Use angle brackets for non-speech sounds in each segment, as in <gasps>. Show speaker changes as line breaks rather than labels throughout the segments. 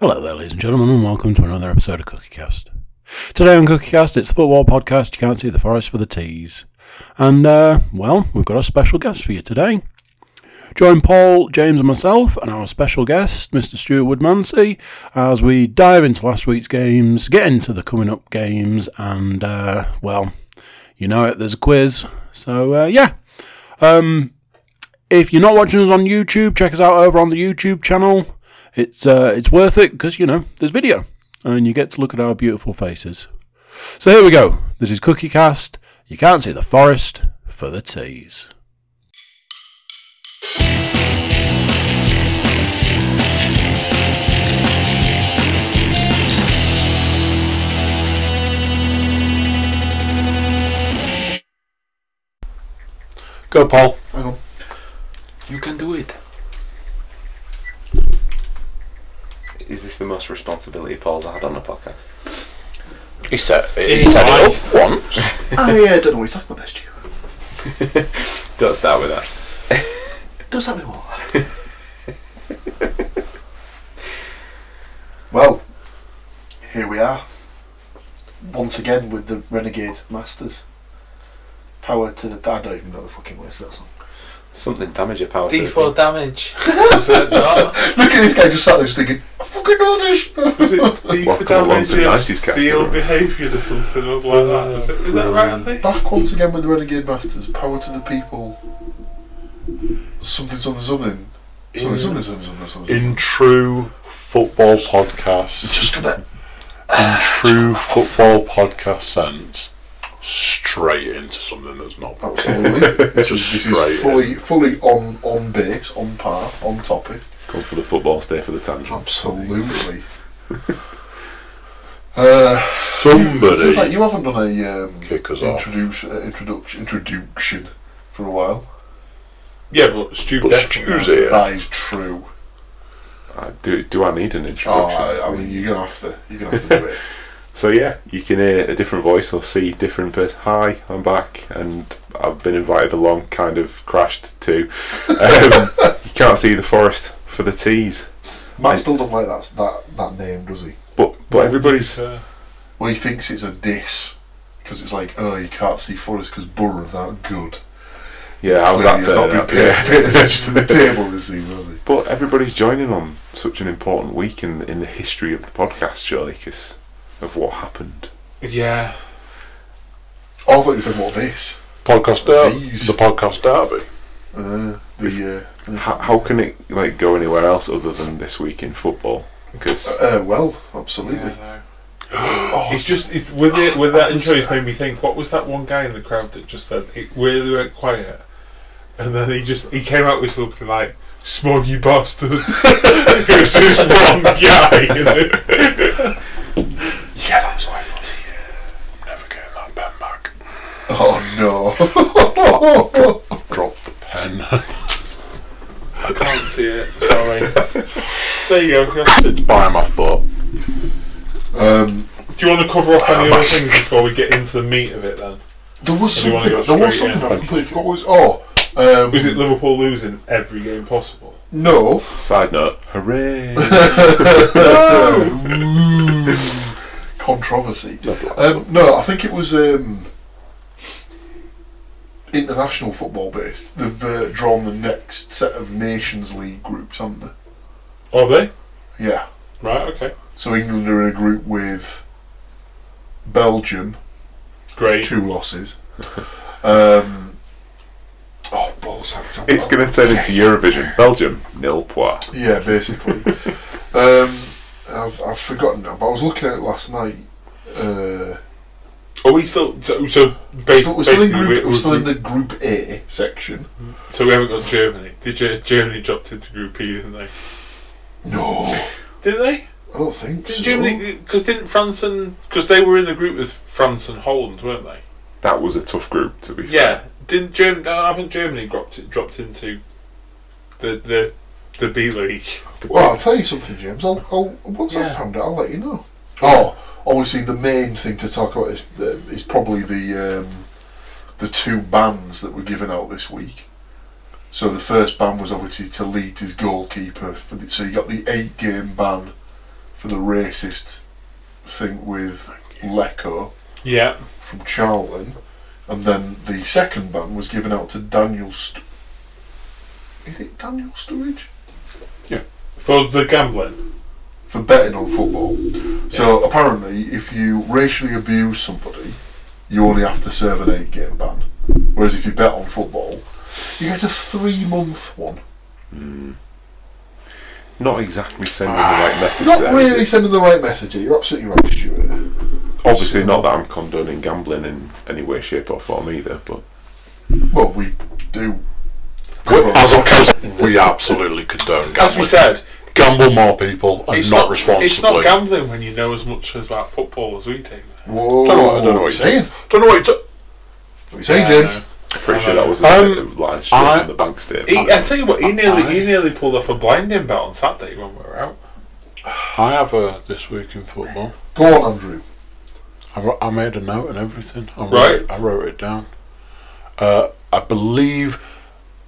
Hello there, ladies and gentlemen, and welcome to another episode of CookieCast. Today on CookieCast, it's the football podcast. You can't see the forest for the trees, And, uh, well, we've got a special guest for you today. Join Paul, James, and myself, and our special guest, Mr. Stuart Woodmansey, as we dive into last week's games, get into the coming up games, and, uh, well, you know it, there's a quiz. So, uh, yeah. Um, if you're not watching us on YouTube, check us out over on the YouTube channel. It's uh, it's worth it because you know there's video and you get to look at our beautiful faces. So here we go. This is Cookie Cast. You can't see the forest for the trees. Go, Paul.
Hang on.
You can do it. Is this the most responsibility Paul's had on a podcast?
He set,
he set it up
once.
<laughs> oh yeah, I don't know what he's talking about this, Stu.
Don't start with that.
Does that mean what? <laughs> well, here we are. Once again with the Renegade Masters. Power to the... I don't even know the fucking words to that song. <laughs>
Something damage your power. to the
D4 damage.
Look at this guy just sat there just thinking, I fucking know this!
Was it deeper
Welcome along
down
to
into your
90s cast,
field
everyone.
behaviour or something like that? Is, it, is that right, Andy?
Back once again with the Renegade Masters. Power to the people. Something, something, something. Something, something, something, something, something.
In true
football podcast,
just gonna...
in true football podcast sense, straight into something that's not.
Absolutely.
It's just
Oh, This
straight.
is fully, fully on, on base, on par, on topic.
Come for the football, stay for the tangent.
Absolutely. <laughs> uh,
Somebody
feels like you haven't done a um,
kick us off.
introduce, uh, introduction introduction for a while.
Yeah, but Stu
But
definitely.
Stu's here.
That is true.
Uh, do do I need an
Oh,
introduction?
I, I mean, you're gonna have to. You're gonna have to do
<laughs>
it.
so yeah, you can hear a different voice or see different person. Hi, I'm back, and I've been invited along. Kind of crashed too. Um, you can't see the forest for the teas,
Matt still don't like that that that name, does he?
but but everybody's
Uh,
Well, he thinks it's a diss because it's like, oh, you can't see forest because Borough that good.
yeah. How's that
Clearly he's
turning
not
out?
been paying,
<laughs>
paying attention to the table this season, has he?
But everybody's joining on such an important week in in the history of the podcast, surely, because of what happened.
yeah.
Oh, I thought you were talking about this.
Podcast derby.
Please.
The podcast derby.
Uh, the uh,
How, how can it like go anywhere else other than this week in football? Because
uh, well, absolutely. <gasps> Oh,
It's just it, with it with that intro, it's made me think. What was that one guy in the crowd that just said it really went quiet, and then he just he came out with something like "smoggy bastards." <laughs> it was just one guy. You know?
Yeah, that's why I thought. Never getting that pen back.
oh no.
Drop the pen. <laughs>
I can't see it. Sorry. there you go.
it's by my foot.
Um,
Do you want to cover up any other things before we get into the meat of it then?
there was
If you wanna
something.
go
There was
straight in.
something I completely forgot. What was oh? Um,
Was it Liverpool losing every game possible?
no?
side note, hooray!
Controversy. Um, no, I think it was um, international football based. They've uh, drawn the next set of Nations League groups, haven't they?
Are they?
Yeah.
Right, okay.
So England are in a group with Belgium,
Great.
two losses. Um, oh, balls!
it's going to turn into Eurovision. Belgium nil pois.
Yeah, basically. um, I've, I've forgotten now, but I was looking at it last night. Uh,
Are we still. So, so
we're
bas-
still, we're still in
basically
group,
we-
we're still in the Group A section.
So we haven't got Germany. Did you, Germany dropped into Group E, didn't they?
No,
Did they?
I don't think
Did
so.
Germany. Because didn't France and. Because they were in the group with France and Holland, weren't they?
That was a tough group to be fair.
Yeah. Didn't Germany. haven't Germany dropped, it, dropped into the, the, the B League?
Well, I'll tell you something, James. I'll, I'll once I've
Yeah.
found it, I'll let you know. Oh, obviously the main thing to talk about is, uh, is probably the um, the two bans that were given out this week. So the first ban was obviously to Leeds' goalkeeper. For the, so you got the eight game ban for the racist thing with Lecco
Yeah.
from Charlton, and then the second ban was given out to Daniel. St- is it Daniel Sturridge
For the gambling.
for betting on football? So apparently, if you racially abuse somebody, you only have to serve an eight-game ban. Whereas if you bet on football, you get a three-month one.
Not exactly sending the right message.
Not
there, is
really
it?
sending the right message. here. You're absolutely right, Stuart.
Obviously, not that I'm condoning gambling in any way, shape, or form either. But
Well, we do.
We- As, as we absolutely condone gambling.
As we said,
gamble more people and
it's
not,
not,
responsibly.
It's not gambling when you know as much about football as we do.
Whoa,
Don't know what- I don't know what
he's
he's
saying.
Don't know what you took.
What you saying,
Yeah,
James?
pretty sure that was a
Um,
um, line straight
I-
from the bank
He,
statement.
I tell you what, he nearly he nearly pulled off a blinding bet on Saturday when we were out.
I have a this week in football.
Go on, Andrew.
I, wrote, I made a note and everything. I wrote,
Right.
it- I wrote it down. Uh, I believe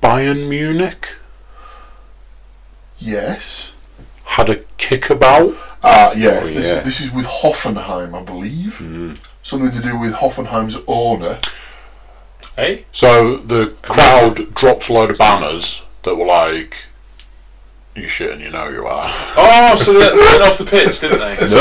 Bayern Munich
Yes.
had a kickabout.
Ah, yes.
Oh,
this,
yeah.
this is with Hoffenheim, I believe. Something to do with Hoffenheim's owner.
Hey?
So the crowd dropped a load of banners that were like, "You shit and you know you are."
Oh, so they went off the pitch, didn't they?
So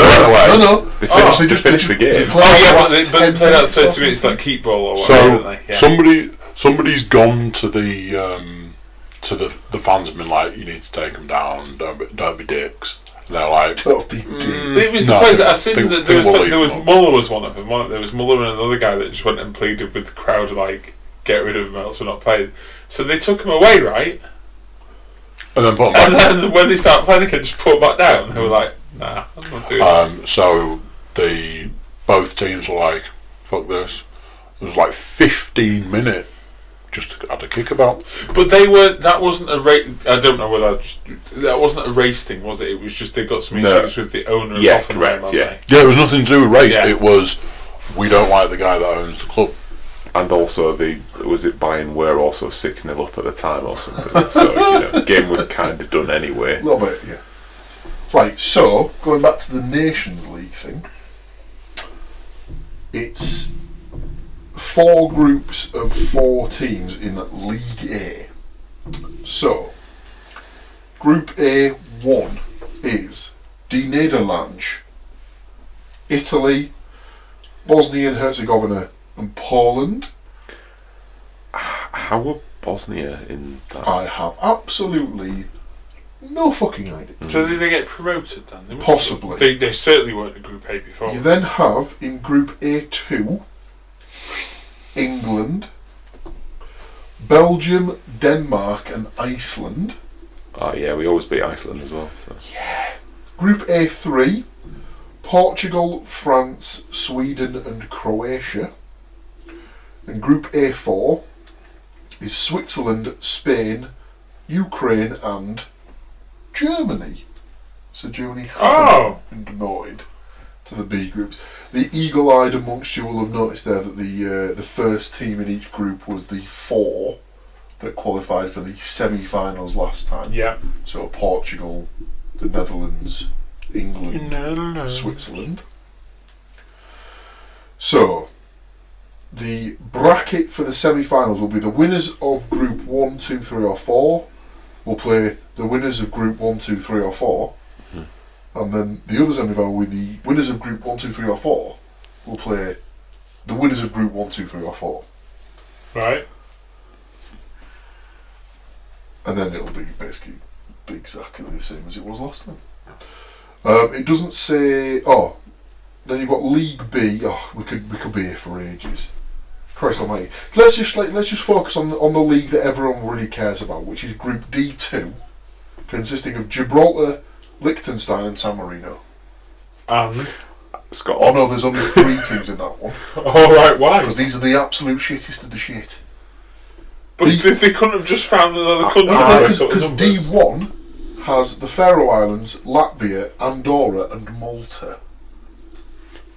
No,
anyway,
no.
They finished- they finished Oh, the game.
played
Oh
the
yeah, but
last
they, but
10
they played out
minutes or
30 minutes
something.
like keep ball or whatever,
So
didn't they? Yeah.
somebody somebody's gone to the um, to the, the fans and been like, "You need to take them down. Don't be, don't be dicks." And they're like,
Don't be dicks.
it was
No,
the players
they-
that I seen.
they-
that
they
there was,
will
there
leave
was
them up.
Muller was one of them. Wasn't there? there was Muller and another guy that just went and pleaded with the crowd like, "Get rid of him, else we're not playing." So they took him away, right?
and then put 'em
And
back.
then when they start playing again, just put him back down. They were like, "Nah, I'm not doing it."
Um, so the both teams were like, "Fuck this." It was like 15 minute just had a kickabout.
But they were. That wasn't a race. I don't know whether I just, that wasn't a race thing, was it? It was just they got some
No.
issues with the owner.
Yeah,
of Hoffenheim,
correct,
aren't
yeah.
Yeah, it was nothing to do with race.
Yeah.
It was we don't like the guy that owns the club.
And also, the was it Bayern were also six 0 up at the time or something. <laughs> so you know, game was kind of done anyway.
A little bit, yeah. Right, so going back to the Nations League thing, it's four groups of four teams in League A. So, Group A one is De Nederlands, Italy, Bosnia and Herzegovina, and Poland.
How were Bosnia in that?
I have absolutely no fucking idea.
they? So did they get promoted then? They must-
Possibly.
They, they certainly weren't in Group A before.
You then have in Group A2 England, Belgium, Denmark, and Iceland.
Oh yeah, we always beat Iceland as well. So.
Group A3 Portugal, France, Sweden, and Croatia. And Group A4 is Switzerland, Spain, Ukraine, and Germany. So Germany haven't
Oh,
been demoted to the B groups. The eagle-eyed amongst you will have noticed there that the uh, the first team in each group was the four that qualified for the semi-finals last time.
yeah.
So Portugal, the Netherlands, England,
uh,
Switzerland. So the bracket for the semi-finals will be the winners of Group One, Two, Three, or Four. Will play the winners of Group One, Two, Three, or 4 and then the other semi-final with the winners of Group One, Two, Three, or Four. Will play the winners of Group One, Two, Three, or Four,
Right.
and then it'll be basically exactly the same as it was last time. Um, it doesn't say. Oh, then you've got League B. Oh, we could we could be here for ages. Christ Almighty. Let's just like, let's just focus on on the league that everyone really cares about, which is Group D two, consisting of Gibraltar, Liechtenstein, and San Marino.
And <laughs>
Oh
Scotland.
no, there's only three <laughs> teams in that one
all right, why?
because these are the absolute shittest of the shit.
But they, they couldn't have just found another country. with sort of
Because
numbers.
D one has the Faroe Islands, Latvia, Andorra, and Malta.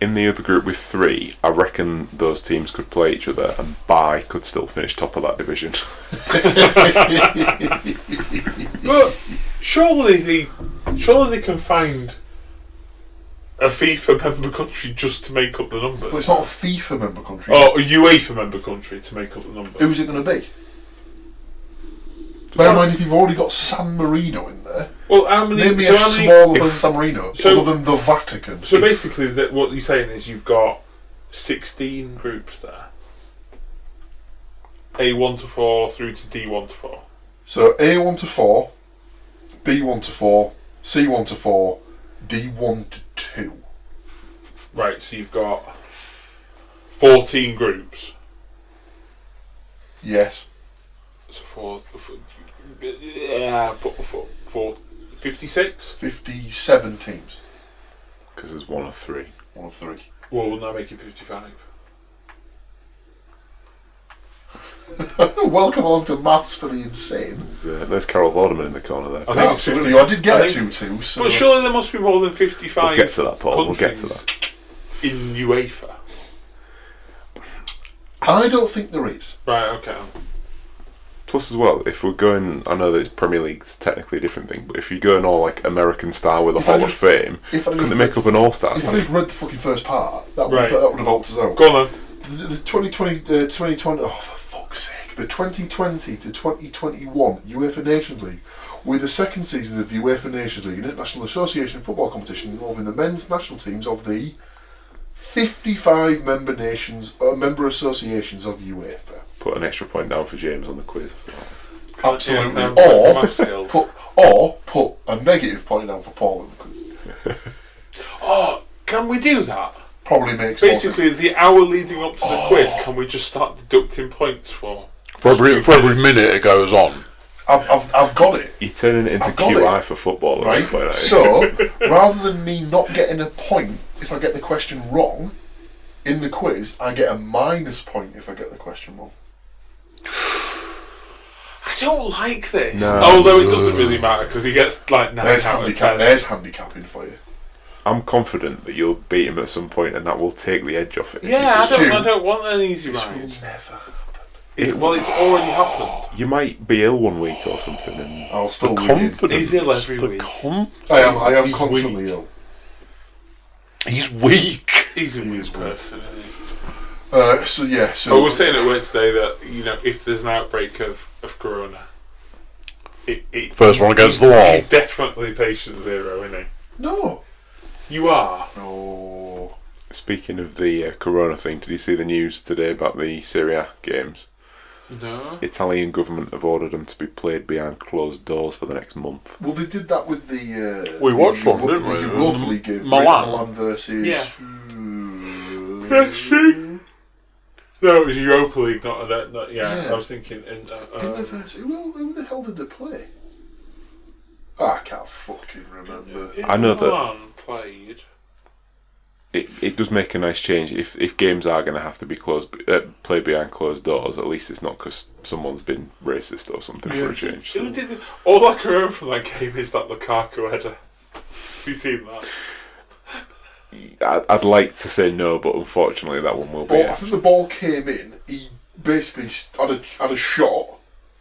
In the other group with three, I reckon those teams could play each other, and Bye could still finish top of that division. <laughs>
But surely they, surely they can find a FIFA member country just to make up the numbers.
But it's not a FIFA member country.
Or a UEFA member country to make up the number.
Who's it going to be? Bear in mind, if you've already got San Marino in there,
Well, how many?
name me
so
a
how many-
smaller than
if-
San Marino,
so-
other than the Vatican.
So basically, that what you're saying is you've got 16 groups there. A1 to 4 through to D1 to 4.
So A1 to 4, B1 to 4, C1 to 4, D1 to 2.
Right, so you've got 14 groups.
Yes.
So 4. four yeah, four, four, four, 56?
57 teams.
because there's one or three.
One of three.
Well, we'll now make it 55.
Oh, Welcome along to Maths for the Insane.
There's, uh, there's Carol Vorderman in the corner there.
I think it's
Absolutely.
50.
I did get
I
a
think-
2 2. So
But surely there must be more than 55
We'll get to that, Paul. We'll get to
countries In UEFA.
I don't think there is.
Right, okay.
Plus, as well, if we're going, I know that it's Premier League's technically a different thing, but if you're going all like American style with a
If I
Hall of
just-
Fame,
If I
couldn't
just,
they make up an All Star?
if I just read the fucking first part, that would,
Right.
that would have helped us out.
Go on then.
The, the 2020, uh, 2020, oh for fuck's sake, the 2020 to 2021 UEFA Nations League were the second season of the UEFA Nations League, an international association football competition involving the men's national teams of the 55 member nations, uh, member associations of UEFA.
Put an extra point down for James on the quiz.
Absolutely.
Yeah, no,
Or-
um, math skills.
Put, or put a negative point down for Paul, and could-
Oh, can we do that?
probably makes more sense.
Basically, the hour leading up to the quiz, can we just start deducting points for?
For every, for every minute it goes on,
I've, I've, I've got it.
You're turning it into
I've got
QI for football. at
Right.
this point, aren't you?
<laughs>
So, rather than me not getting a point if I get the question wrong in the quiz, I get a minus point if I get the question wrong.
I don't like this.
No.
Although it doesn't really matter because he gets like nine
There's
out of
handicap.
ten.
There's handicapping for you.
I'm confident that you'll beat him at some point, and that will take the edge off it.
Yeah, I
It's
don't,
you.
I don't want an easy
This will
ride.
never.
It-
Well, it's already happened.
you might be ill one week or something, and
I'll still
the
win.
confidence.
He's ill every
the
week.
conf-
I am. I am
He's
constantly ill.
he's weak.
He's a weird person. Isn't he?
Oh,
Uh, so yeah. So
But we're saying at work today that you know if there's an outbreak of of corona, it, it,
First one against the wall.
he's definitely patient zero, isn't
no.
he? You are.
No.
Speaking of the uh, corona thing, did you see the news today about the Syria games?
No.
Italian government have ordered them to be played behind closed doors for the next month.
Well, they did that with the. Uh,
We
the
watched one,
Europa-
didn't
The
we?
Europa League game.
Milan.
Milan versus.
Yeah.
Yeah.
PSG. No, it was Europa League, not, not, not yeah,
Yeah.
I was thinking. In, uh, um,
Who, who the hell did they play? Ah, I can't fucking remember.
I know that-
Milan played.
It, it does make a nice change. If if games are going to have to be closed, uh, played behind closed doors, at least it's not because someone's been racist or something for a change.
Who
So.
did the- all I can remember from that game is that Lukaku header. Have you seen that?
I'd, I'd like to say no, but unfortunately that one will be.
Ball, I
it.
think the ball came in. He basically st- had a had a shot.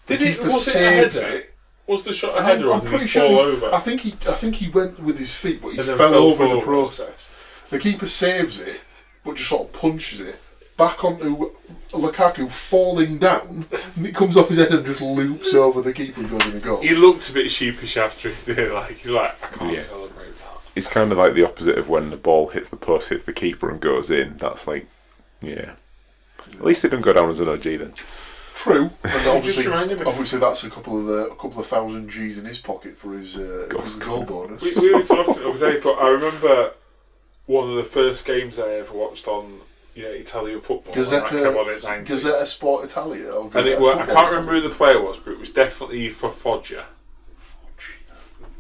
Did
The
it?
keeper
Was it a
saved
header?
it.
Was the shot a header? or did he fall
he's-
over?
I think he I think he went with his feet, but he
And then
fell,
fell
over in
forward.
the process. The keeper saves it, but just sort of punches it back onto Lukaku falling down, and it comes off his head and just loops over the keeper and goes in the goal.
he looked a bit sheepish after it. didn't he? like he's like, I can't
Yeah.
celebrate that.
It's kind of like the opposite of when the ball hits the post, hits the keeper, and goes in. That's like, yeah. At least it didn't go down as an OG then.
<laughs>
True, and obviously,
reminded me.
obviously that's a couple of the a couple of thousand G's in his pocket for his, uh, for his goal bonus.
We, we were talking the other day, but I remember one of the first games I ever watched on you know Italian football. and I came on at
Gazzetta,
90s.
Gazzetta uh, Sport Italia. Or
And
Gazzetta
it were, I
Football
can't remember who the player was, but it was definitely for Foggia.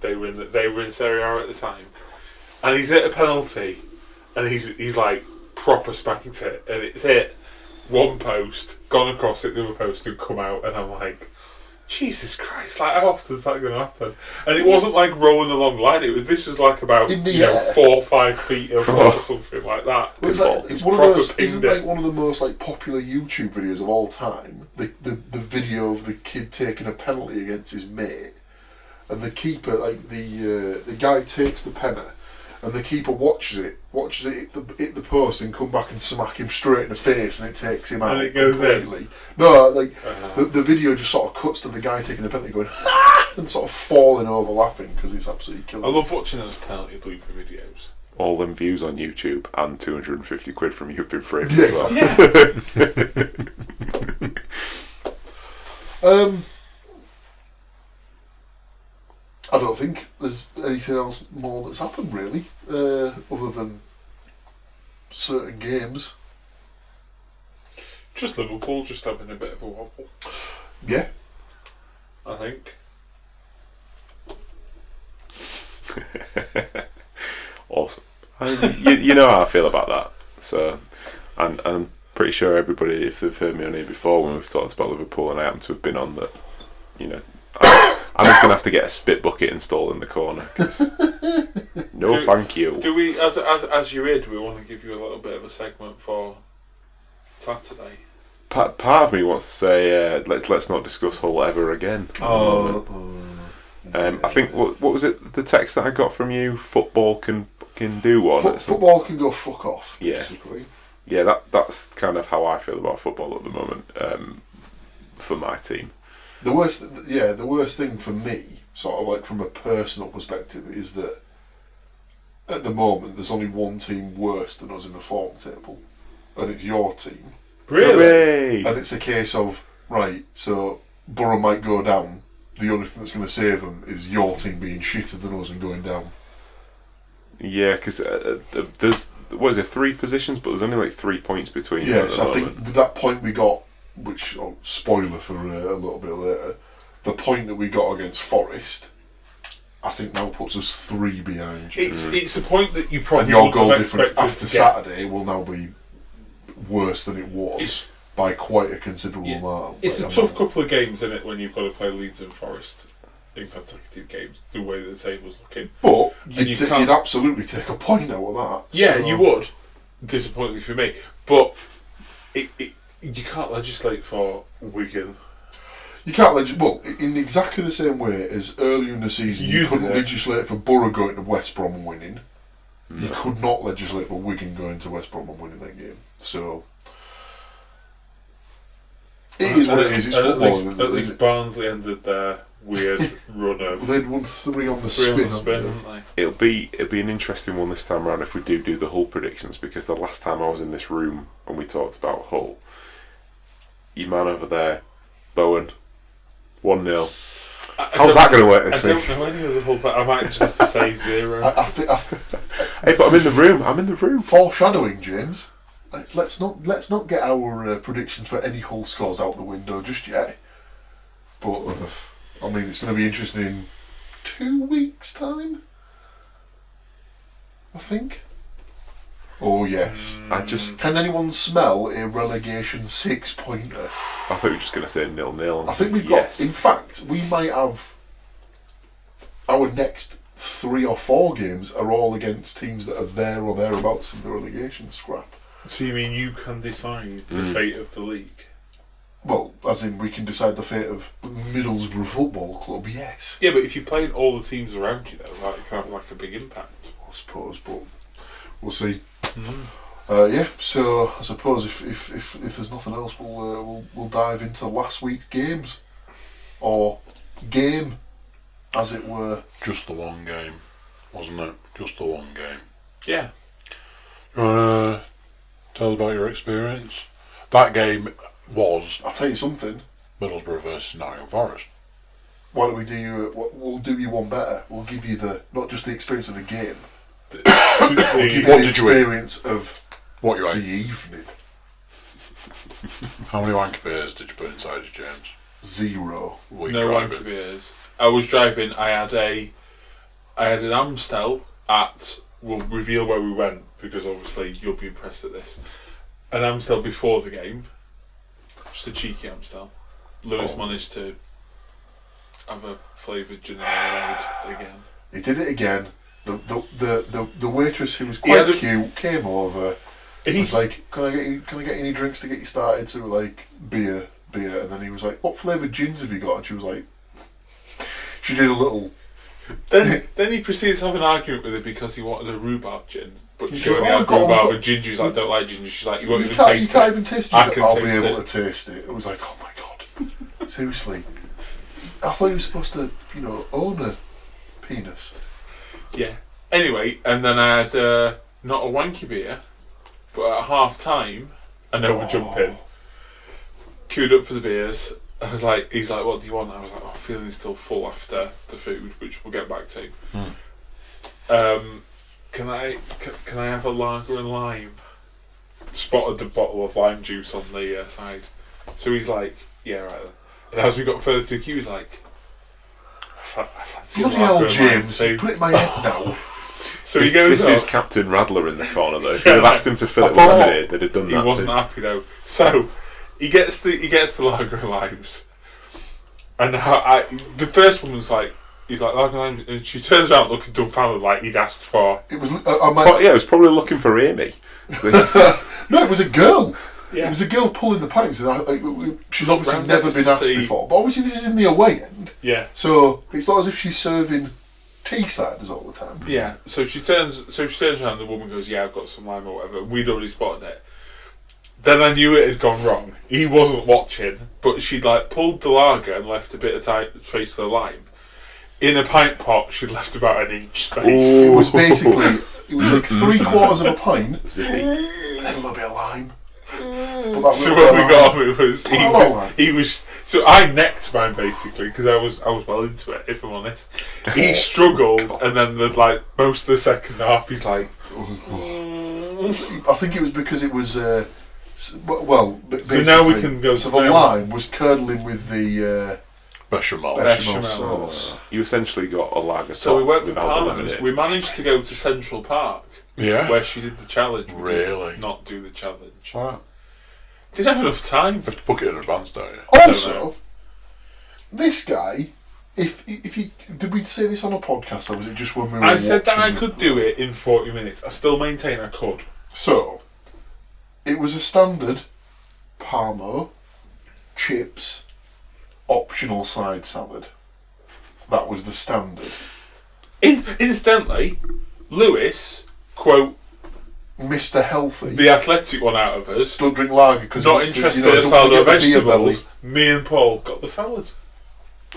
They were in the, they were in Serie A at the time, and he's hit a penalty, and he's he's like proper spanked it, and it's hit one post, gone across it, the other post, and come out, and I'm like. Jesus Christ! Like, how often is that going to happen? And it wasn't like rolling along line. It was this was like about
In the
you know
air.
four or five <laughs> feet of or something like that.
Well, It's,
Pinball.
like, it's one of
Proper
those. Isn't
pinged it.
like one of the most like popular YouTube videos of all time? The, the the video of the kid taking a penalty against his mate, and the keeper, like the uh, the guy takes the penalty, and the keeper watches it, watches it hit the, hit the post, and come back and smack him straight in the face, and it takes him out
And it goes in.
completely. No, like
Uh-huh.
the, the video just sort of cuts to the guy taking the penalty, going <laughs> and sort of falling over laughing because he's absolutely
I
killing. it.
love watching those penalty blooper videos.
All them views on YouTube and 250 quid from You've Been Framed
Yeah,
as well.
Yeah.
Um, I don't think there's anything else more that's happened really, uh, other than certain games.
just Liverpool just having a bit of a wobble,
Yeah,
I think.
Awesome. <laughs> And you, you know how I feel about that. So, and, and I'm pretty sure everybody, if they've heard me on here before when we've talked about Liverpool, and I happen to have been on that, you know, I'm, <coughs> I'm just going to have to get a spit bucket installed in the corner. 'cause no,
Do-
thank you.
Do we, as as as you're here, do we want to give you a little bit of a segment for Saturday?
Part, part of me wants to say, uh, let's let's not discuss Hull ever again.
Oh,
Um, I think what, what was it? The text that I got from you, football can fucking do one.
Fo-
at some-
football can go fuck off.
Yeah.
basically.
yeah, that that's kind of how I feel about football at the moment um, for my team.
The worst, th- yeah, the worst thing for me, sort of like from a personal perspective, is that at the moment there's only one team worse than us in the form table, and it's your team.
Hooray!
And it's a case of right, so Borough might go down. The only thing that's going to save them is your team being shitter than us and going down.
Yeah, because uh, uh, there's what is it three positions, but there's only like three points between. them at
Yes,
the
I think
moment.
with that point we got, which oh, spoiler for uh, a little bit later, the point that we got against Forest, I think now puts us three behind you.
It's it's a point that you
and
probably
your
wouldn't
goal
have
difference
expected
after
to get.
Saturday will now be worse than it was
It's-
by quite a considerable
Yeah.
amount.
It's a
Like,
tough
I'm-
couple of games, isn't it, when you've got to play Leeds and Forest in consecutive games. The way the table's looking.
But
and
you'd,
you
ta-
can't-
you'd absolutely take a point out of that.
Yeah,
so-
you would. Disappointingly for me, but it, it you can't legislate for Wigan.
You can't legislate. Well, i- in exactly the same way as earlier in the season, you,
You
couldn't
did it.
legislate for Borough going to West Brom and winning. You could not legislate for Wigan going to West Brom and winning that game. So. It is what it
And-
is. It's
and at
football.
least,
isn't
at
it?
least Barnsley ended their weird <laughs> run of
They'd won three on the
three on
spin.
the
hadn't
spin,
they?
didn't they?
it'll be it'll be an interesting one this time around if we do do the Hull predictions because the last time I was in this room and we talked about Hull, your man over there, Bowen, one 0
I- I
How's
don't-
that going to work
I
this week?
don't know any of the whole, but I might just have to
<laughs>
say zero.
I, I, thi- I th-
Hey, but I'm in the room. I'm in the room.
foreshadowing, James. Let's, let's not let's not get our uh, predictions for any Hull scores out the window just yet. But uh, I mean, it's going to be interesting in two weeks' time. I think. Oh yes.
I just
Can anyone smell a relegation six-pointer?
I thought you were just going to say nil nil.
I think we've
yes.
got. In fact, we might have. Our next three or four games are all against teams that are there or thereabouts in the relegation scrap.
So you mean you can decide the
Mm.
fate of the league?
Well, as in, we can decide the fate of Middlesbrough Football Club, yes,
Yeah, but if you're playing all the teams around you, though, that can have like a big impact.
I suppose, but we'll see. Uh, yeah, so I suppose if, if, if, if there's nothing else, we'll, uh, we'll we'll dive into last week's games, or game, as it were.
Just the one game, wasn't it? Just the one game.
Yeah.
You want to tell us about your experience? That game was
I'll tell you something.
Middlesbrough versus Nottingham Forest.
Why don't we do you? uh, We'll do you one better. We'll give you the not just the experience of the
<coughs>
game. We'll give you
What
the
did you eat?
experience of
What you
the
ate?
evening.
How many wanker beers did you put inside you, James?
Zero.
We
no
drove
wanky
it.
beers. I was driving. I had a, I had an Amstel at. We'll reveal where we went because obviously you'll be impressed at this. An Amstel before the game, just a cheeky Amstel. Lewis managed to have a flavoured gin and lemonade again.
He did it again. The the the, the, the waitress who was
He had
quite
a-
cute came over. He was
He's
like, "Can I get you? Can I get any drinks to get you started?" So we were like, "Beer, beer." And then he was like, "What flavored gins have you got?" And she was like, "She did a little
Then, then he proceeds to have an argument with her because he wanted a rhubarb gin. But
He's
she only
like, "Oh,
had
I've got- I've
rhubarb
got-
and ginger. He's like, don't like ginger. She's like, you won't
you
even
can't, you
taste
can't
it.
even taste it.
I can
I'll be
taste
able
it.
to taste it. It was like, oh my god. Seriously. I thought you were supposed to, you know, own a penis.
Yeah. Anyway, and then I had uh, not a wanky beer, but at half time, and no one jump in. Queued up for the beers. I was like, he's like, what do you want? I was like, oh, feeling still full after the food, which we'll get back to. Um, can I can, can I have a lager and lime? Spotted the bottle of lime juice on the uh, side, so he's like, yeah, right. Then. And as we got further to the queue, he's like, I, fa- I fancy a eh?
Bloody
lager
hell,
and lime
James.
too.
You put it in my head now.
So
this
he goes.
this
up.
is Captain Radler in the corner,
<laughs>
though. If you'd have
Yeah.
asked him to fill it with
But
lemonade, they'd have done
He
that
wasn't
too.
happy though. So he gets the he gets the lager and limes, and I, I, the first woman's like, he's like lager and limes, and she turns around looking dumbfounded, like he'd asked for.
It was. Uh, I might,
But yeah, it was probably looking for Amy.
no, it was a girl.
Yeah.
It was a girl pulling the pints. And I, I, we- we- she's obviously
Round
never
us
been
to
asked
see-
before. But obviously, this is in the away end.
Yeah,
So it's not as if she's serving tea-siders all the time.
yeah. So she turns, so she turns around. The woman goes, "Yeah, I've got some lime or whatever." We'd already spotted it. Then I knew it had gone wrong. He wasn't watching, but she'd like pulled the lager and left a bit of ti- trace of the lime. In a pint pot, she'd left about an inch space.
It was basically. It was like three quarters of a pint,
<laughs>
Zippy.
then a little bit of lime. But that
<laughs> So
was-
when we got off, it was he
Come on.
was, he was so I necked mine basically because I was I was well into it if I'm honest. <laughs> He struggled and then the like most of the second half he's like
I think it was because it was. Uh, s- well, b-
So now we
basically-
can go
So
to
the
them.
lime was curdling with the uh,
Bechamel.
Bechamel.
bechamel sauce.
You essentially got a lager
so we
top
went with
without the
Palmer's.
lemonade.
We managed to go to Central Park
Yeah.
where she did the challenge. We did
Really?
not do the challenge.
Why not?
Did have enough time.
You have to book it in advance, don't you?
Oh!
Also, this guy. If if you did we say this on a podcast or was it just when we were?
I said that I
watching?
could do it in 40 minutes. I still maintain I could.
So, it was a standard parmo, chips, optional side salad. That was the standard.
In- incidentally, Lewis quote
Mr. Healthy.
the athletic one out of us.
don't drink lager because
not interested in a salad or vegetables. Me and Paul got the salad.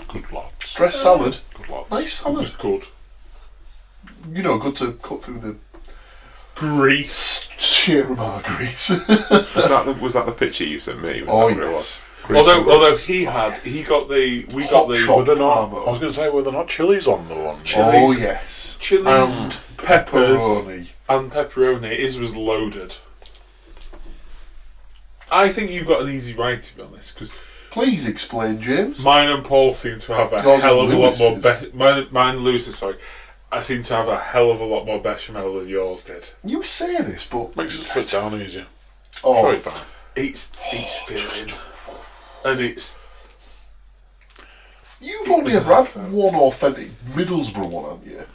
Good lads.
Dress salad,
Good lads.
nice
It was
salad.
good.
You know, good to cut through the <laughs>
Grease.
sheer margaries.
was, that the, was that the picture you sent me? Was
oh
that what it was?
yes,
Although, although he had, he got the, we got
hot
the
shot
They're not. I was
parmo.
going to say, were there not chilies on the one?
Oh
chilies.
yes,
chilies
and
peppers
pepperoni.
and pepperoni. His was loaded. I think you've got an easy ride to be honest, because
Please explain, James.
mine and Paul seem to have a
Yours
hell of
and
a lot more.
Lewis's.
Be- mine, mine, and Lewis's. Sorry, I seem to have a hell of a lot more bechamel than yours did.
You say this, but
Oh,
Makes it sit down easier.
oh,
Sorry, fine.
It's it's filling, and it's
You've only ever had one authentic Middlesbrough one, haven't you?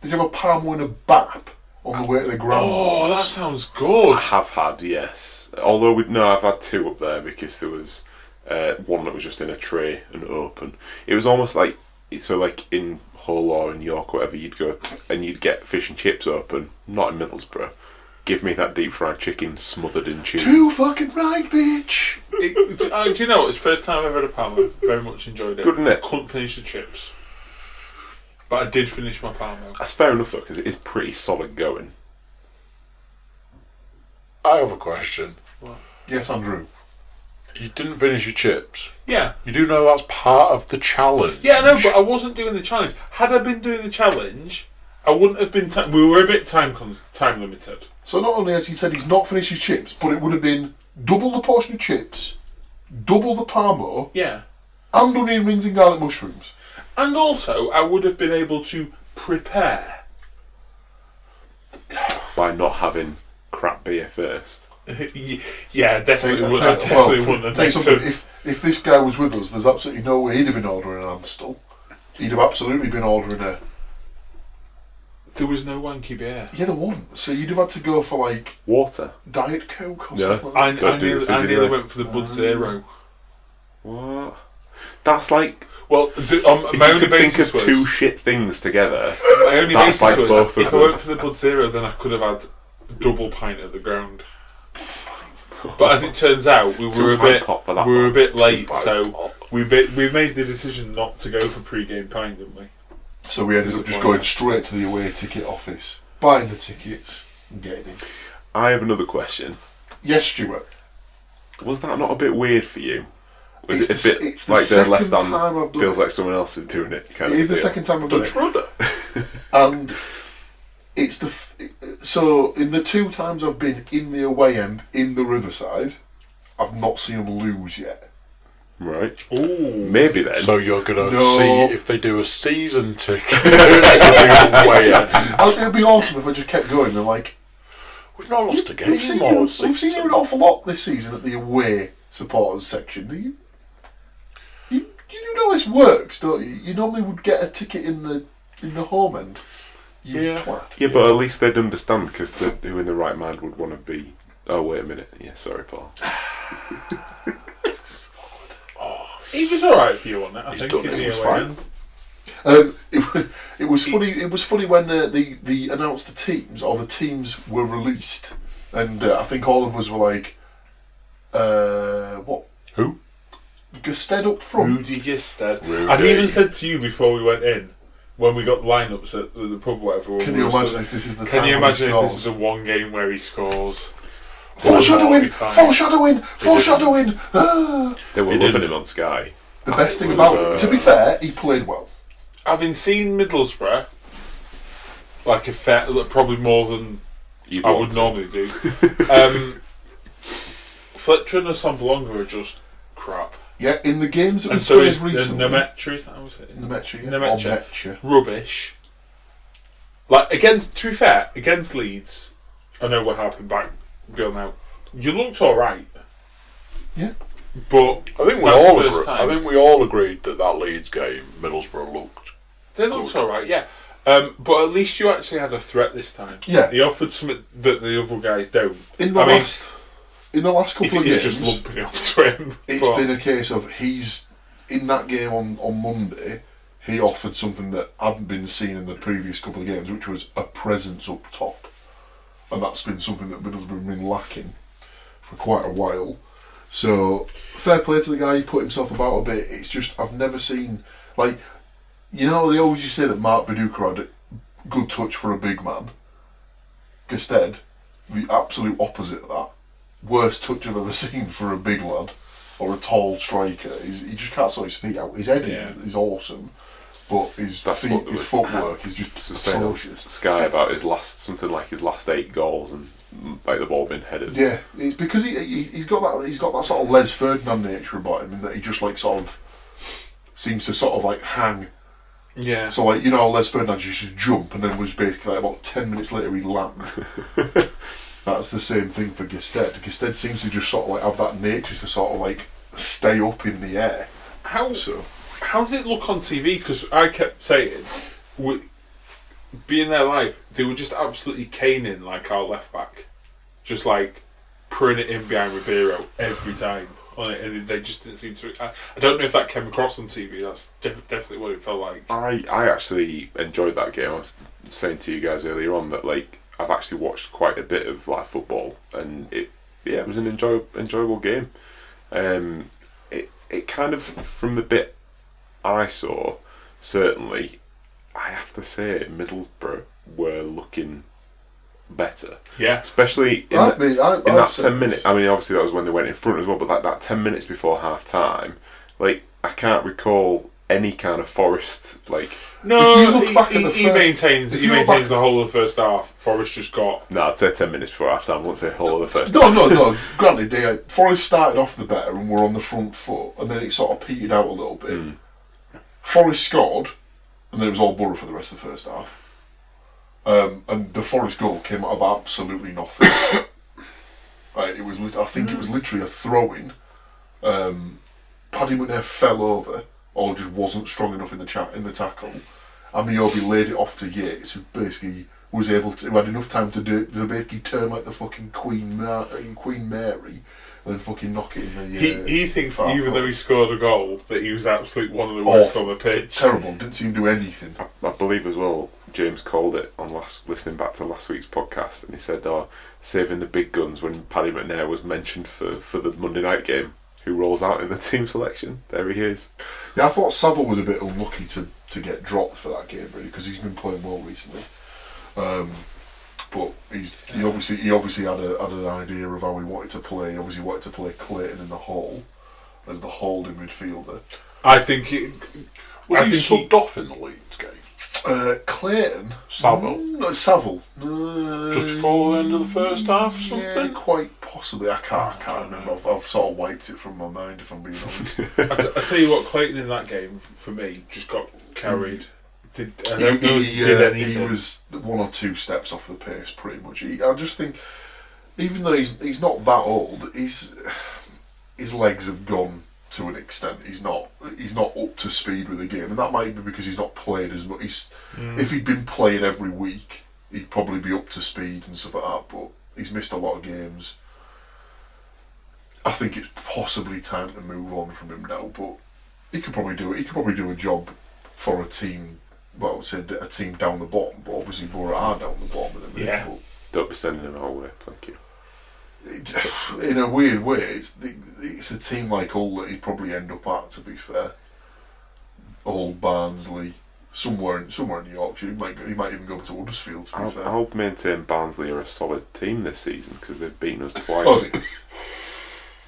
Did you have a Palmo and a Bap on the way to the ground?
oh, that sounds good.
I have had, yes. Although we, no, I've had two up there because there was uh, one that was just in a tray and open. It was almost like so, like in Hull or in York, or whatever. You'd go and you'd get fish and chips open, not in Middlesbrough. Give me that deep fried chicken smothered in cheese.
Too fucking right, bitch!
It, uh, do you know it's the first time I've ever had a Palmer. Very much enjoyed it.
Good, isn't it?
Couldn't finish the chips, but I did finish my Palmer.
That's fair enough though, because it is pretty solid going.
I have a question.
Yes, Andrew.
You didn't finish your chips.
Yeah,
You do know that's part of the challenge.
yeah, no, but I wasn't doing the challenge. Had I been doing the challenge, I wouldn't have been. Ti- we were a bit time con- time limited.
So not only has he said he's not finished his chips, but it would have been double the portion of chips, double the Palmo,
Yeah,
and onion rings and garlic mushrooms.
and also I would have been able to prepare. <laughs>
By not having crap beer first.
Y- yeah, definitely.
Take-
would, I
take- well,
definitely wouldn't have
take
done
something-
<laughs> so.
If, if this guy was with us, there's absolutely no way he'd have been ordering an Amstel. He'd have absolutely been ordering a...
There was no wanky beer.
Yeah, the one. So you'd have had to go for, like,
Water.
Diet Coke or
Yeah.
something like that.
I,
Don't
I,
do the
nearly,
fizzy
I nearly
beer.
went for the Bud Zero.
What? That's like
Well, the,
If
on Um, my
you
only
could think
basis
of
was
two shit things together.
my only
that's
basis
like
was
both of
if I
them.
went for the Blood Zero, then I could have had double pint at the ground. But as it turns out, we
Two
were a
pint
bit
pop for that
we were a
one.
bit late,
pint
so
pop.
we bit, we made the decision not to go for pre-game pint, didn't we?
So we ended up just going straight to the away ticket office, buying the tickets and getting in.
I have another question.
Yes, Stuart.
Was that not a bit weird for you? Was
It's
it
the
a
s-
bit
it's the
like their
second
left
time I've
hand
done
feels
it.
like someone else is doing it? Kind
It
of
is the
deal?
second time I've done it.
Rudder.
<laughs> and it's the f- so in the two times I've been in the away end in the Riverside, I've not seen them lose yet.
Right.
Ooh,
Maybe then.
So you're gonna
No.
see if they do a season
<laughs>
ticket. It'll be way in.
I think it'd be awesome if I just kept going. They're like,
We've not lost a game.
we've seen
more
you, we've
season.
seen you an awful lot this season at the away supporters section. Do you? You, you do know this works, don't you? You normally would get a ticket in the in the home end. You
Yeah.
twat.
Yeah, but at least they'd understand because who in the right mind would want to be. Oh wait a minute. Yeah, sorry, Paul.
he was all right for you on that. I
He's
think
done
in
it,
the
he's
away
fine.
end.
Um, <laughs> it, wa- it was funny. It was funny when the, the, the announced the teams or the teams were released, and uh, I think all of us were like, uh, "What?
Who?
Gusted up front?
Rudy Gisted.
Rudy.
I'd even said to you before we went in, when we got lineups at the pub, or whatever.
Can
we
you
were sort
imagine
of-
if this is the
Can
time
you
when he
imagine if this is
scores?
the one game where he scores?
foreshadowing?
Well, that'd be fine.
Foreshadowing? Foreshadowing? Ah.
They were
He
loving
didn't.
him on Sky.
The best thing
was,
about
uh,
it, to be fair, he played well.
Having seen Middlesbrough, like a fair, like, probably more than
You'd
I
want
would
to.
normally do.
<laughs>
um, Fletcher and Assomblonga are just crap,
Yeah, in the games that
and
we've
so
played
is uh,
recently,
Nemetra. Is that how we say it?
Nemecha, yeah, Oh,
Nemecha.
or Nemecha.
rubbish. Like against, to be fair, against Leeds, I know we're harping back, girl. Now you looked all right,
Yeah,
but
I think we
That's the
all.
first
Agree- I
time.
think we all agreed that that Leeds game, Middlesbrough looked.
they looked all right. Yeah, um, but at least you actually had a threat this time.
Yeah.
they offered something that the other guys don't.
in the
I mean,
last, in the last
if
couple of
it
games,
is just lumping it onto him.
It's
but-
been a case of he's in that game on, on Monday. He offered something that hadn't been seen in the previous couple of games, which was a presence up top, and that's been something that Middlesbrough have been lacking for quite a while. So fair play to the guy. He put himself about a bit. It's just I've never seen like you know they always used to say that Mark Viduka had a good touch for a big man. Gusted, the absolute opposite of that worst touch I've ever <laughs> seen for a big lad or a tall striker. He's, he just can't sort his feet out. His heading
Yeah.
is awesome, but his
That's
feet,
what they
his
were- <laughs>
footwork is just
So saying on
atrocious.
Sky about his last something like his last eight goals and mm, like they've all been headers.
Yeah, it's because he, he he's got that he's got that sort of Les Ferdinand nature about him, in that he just like sort of seems to sort of like hang.
yeah.
So like you know, Les Ferdinand used to jump, and then was basically like about ten minutes later
<laughs>
he'd land. That's the same thing for Gisted. Gisted seems to just sort of like have that nature to sort of like stay up in the air.
How
So
how did it look on TV? Because I kept saying, we, being there live, they were just absolutely caning like our left back, just like putting it in behind Ribeiro every time on it, and they just didn't seem to. I, I don't know if that came across on TV. That's def- definitely what it felt like.
Um,
I, I actually enjoyed that game. I was saying to you guys earlier on that like I've actually watched quite a bit of live football and it yeah it was an enjoy, enjoyable game. Um, it it kind of from the bit I saw certainly I have to say Middlesbrough were looking better,
Yeah,
especially in
I've
the-
been- I-
in
I've
that
said
ten
this.
minutes. I mean, obviously that was when they went in front as well, but like that ten minutes before half time, like I can't recall any kind of Forest like.
no,
If you look
he,
back at
he-
the
he
first-
maintains
if
he
you look
maintains
back-
the whole of the first half. Forrest just got
No, I'd say ten minutes before half time. I won't say whole of the first.
No, no, no. Granted, they, uh, Forest started off the better and were on the front foot, and then it sort of petered out a little bit.
Hmm.
Forest scored, and then it was all Borough for the rest of the first half. Um, and the Forest goal came out of absolutely nothing. Right, it was. Lit- I think it was literally a throw-in. Um, Paddy Munair fell over, or just wasn't strong enough in the chat in the tackle. Amiobi laid it off to Yates, who basically was able to, who had enough time to do it, to basically turn like the fucking Queen Mar- uh, Queen Mary and fucking knock it in the. Uh,
He, he thinks
far
even though he
post.
scored a goal that he was absolute one of the worst
Awful.
on the pitch.
Terrible, didn't seem to do anything.
I, I believe as well. James called it on last listening back to last week's podcast, and he said, "Oh, saving the big guns when Paddy McNair was mentioned for for the Monday night game. Who rolls out in the <laughs> team selection? There he is.
Yeah, I thought Savile was a bit unlucky to, to get dropped for that game, really, because he's been playing well recently. Um, but he's he obviously he obviously had, a, had an idea of how he wanted to play. He obviously wanted to play Clayton in the hole as the holding midfielder.
I think it,
Was
I
he
think he-
subbed off in the Leeds game?
Uh, Clayton
Savile?
Mm, no, Savile. Uh,
Just before the end of the first half or
Yeah,
something?
quite possibly. I can't. I can't remember. I've, I've sort of wiped it from my mind. If I'm being honest,
I, t- I tell you what, Clayton in that game for me just got carried. Did I
he,
don't know if he
he,
did
uh, he
anything.
was one or two steps off the pace, pretty much. He, I just think, even though he's he's not that old, he's his legs have gone to an extent. He's not he's not up to speed with the game, and that might be because he's not played as much. He's, If he'd been playing every week, he'd probably be up to speed and stuff like that. But he's missed a lot of games. I think it's possibly time to move on from him now, but he could probably do it. He could probably do a job for a team. Well, I would say a team down the bottom, but obviously Borough are down the bottom at the minute.
Yeah.
But
Don't be sending him our way. Thank you.
it, in a weird way, it's, the- it's a team like Hull that he'd probably end up at. To be fair, Hull, Barnsley, somewhere in somewhere in Yorkshire. He might go, he might even go to Huddersfield. To be
I'll,
fair,
I'll maintain Barnsley are a solid team this season because they've beaten us twice.
Oh,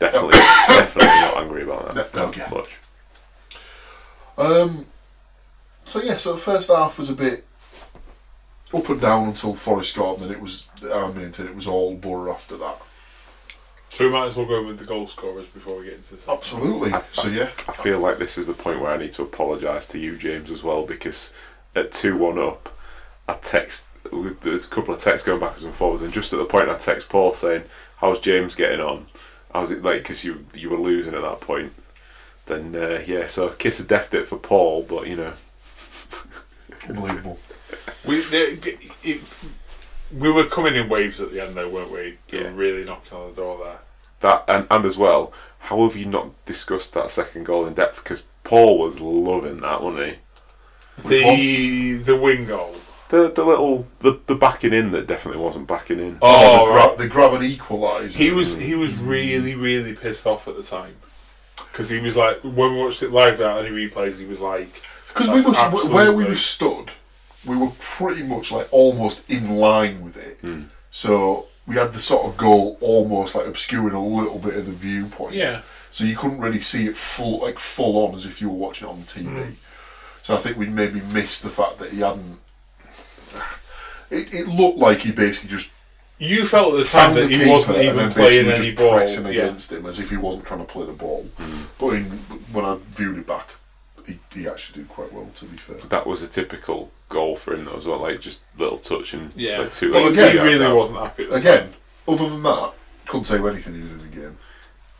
Definitely, definitely not angry about that.
No, no, yeah.
Much.
Um, so yeah, so the first half was a bit up and down until Forest scored, and then it was I maintain it was all Borough after that.
So we might as well go with the goal scorers before we get into this.
Absolutely. So yeah,
I feel like this is the point where I need to apologise to you, James, as well, because at 2 1 up, I text, there's a couple of texts going backwards and forwards, and just at the point I text Paul saying, How's James getting on? How's it like, because you, you were losing at that point. Then, uh, yeah, so kiss of death it for Paul, but you know,
unbelievable.
We the, the- it, we were coming in waves at the end though, weren't we? They were
Yeah.
really knocking on the door there.
that, and, and as well, how have you not discussed that second goal in depth? Because Paul was loving that, wasn't he?
The the wing goal.
The, the little, the, the backing in that definitely wasn't backing
Oh,
in.
the, gra- the grab and equaliser.
He was he was really really pissed off at the time because he was like when we watched it live out any replays he was like
Because we
That's
were
absolutely-
where we were stood, we were pretty much like almost in line with it.
Hmm.
So we had the sort of goal almost like obscuring a little bit of the viewpoint.
yeah
So you couldn't really see it full like full on as if you were watching it on TV.
Hmm.
So I think we'd maybe missed the fact that he hadn't. It, it looked like he basically just
you felt at the time
found
that
the
he wasn't
keeper and
even
then basically
playing
was
any
just
ball
pressing
yeah. Hmm.
against him as if he wasn't trying to play the ball. But in, when I viewed it back, he, he actually did quite well. To be fair,
that was a typical goal for him though as well like just little touch and
yeah
like two
but
like,
again-
he
two yards
really
out.
wasn't happy at the
again,
time.
other than that, couldn't tell you anything he did in the game.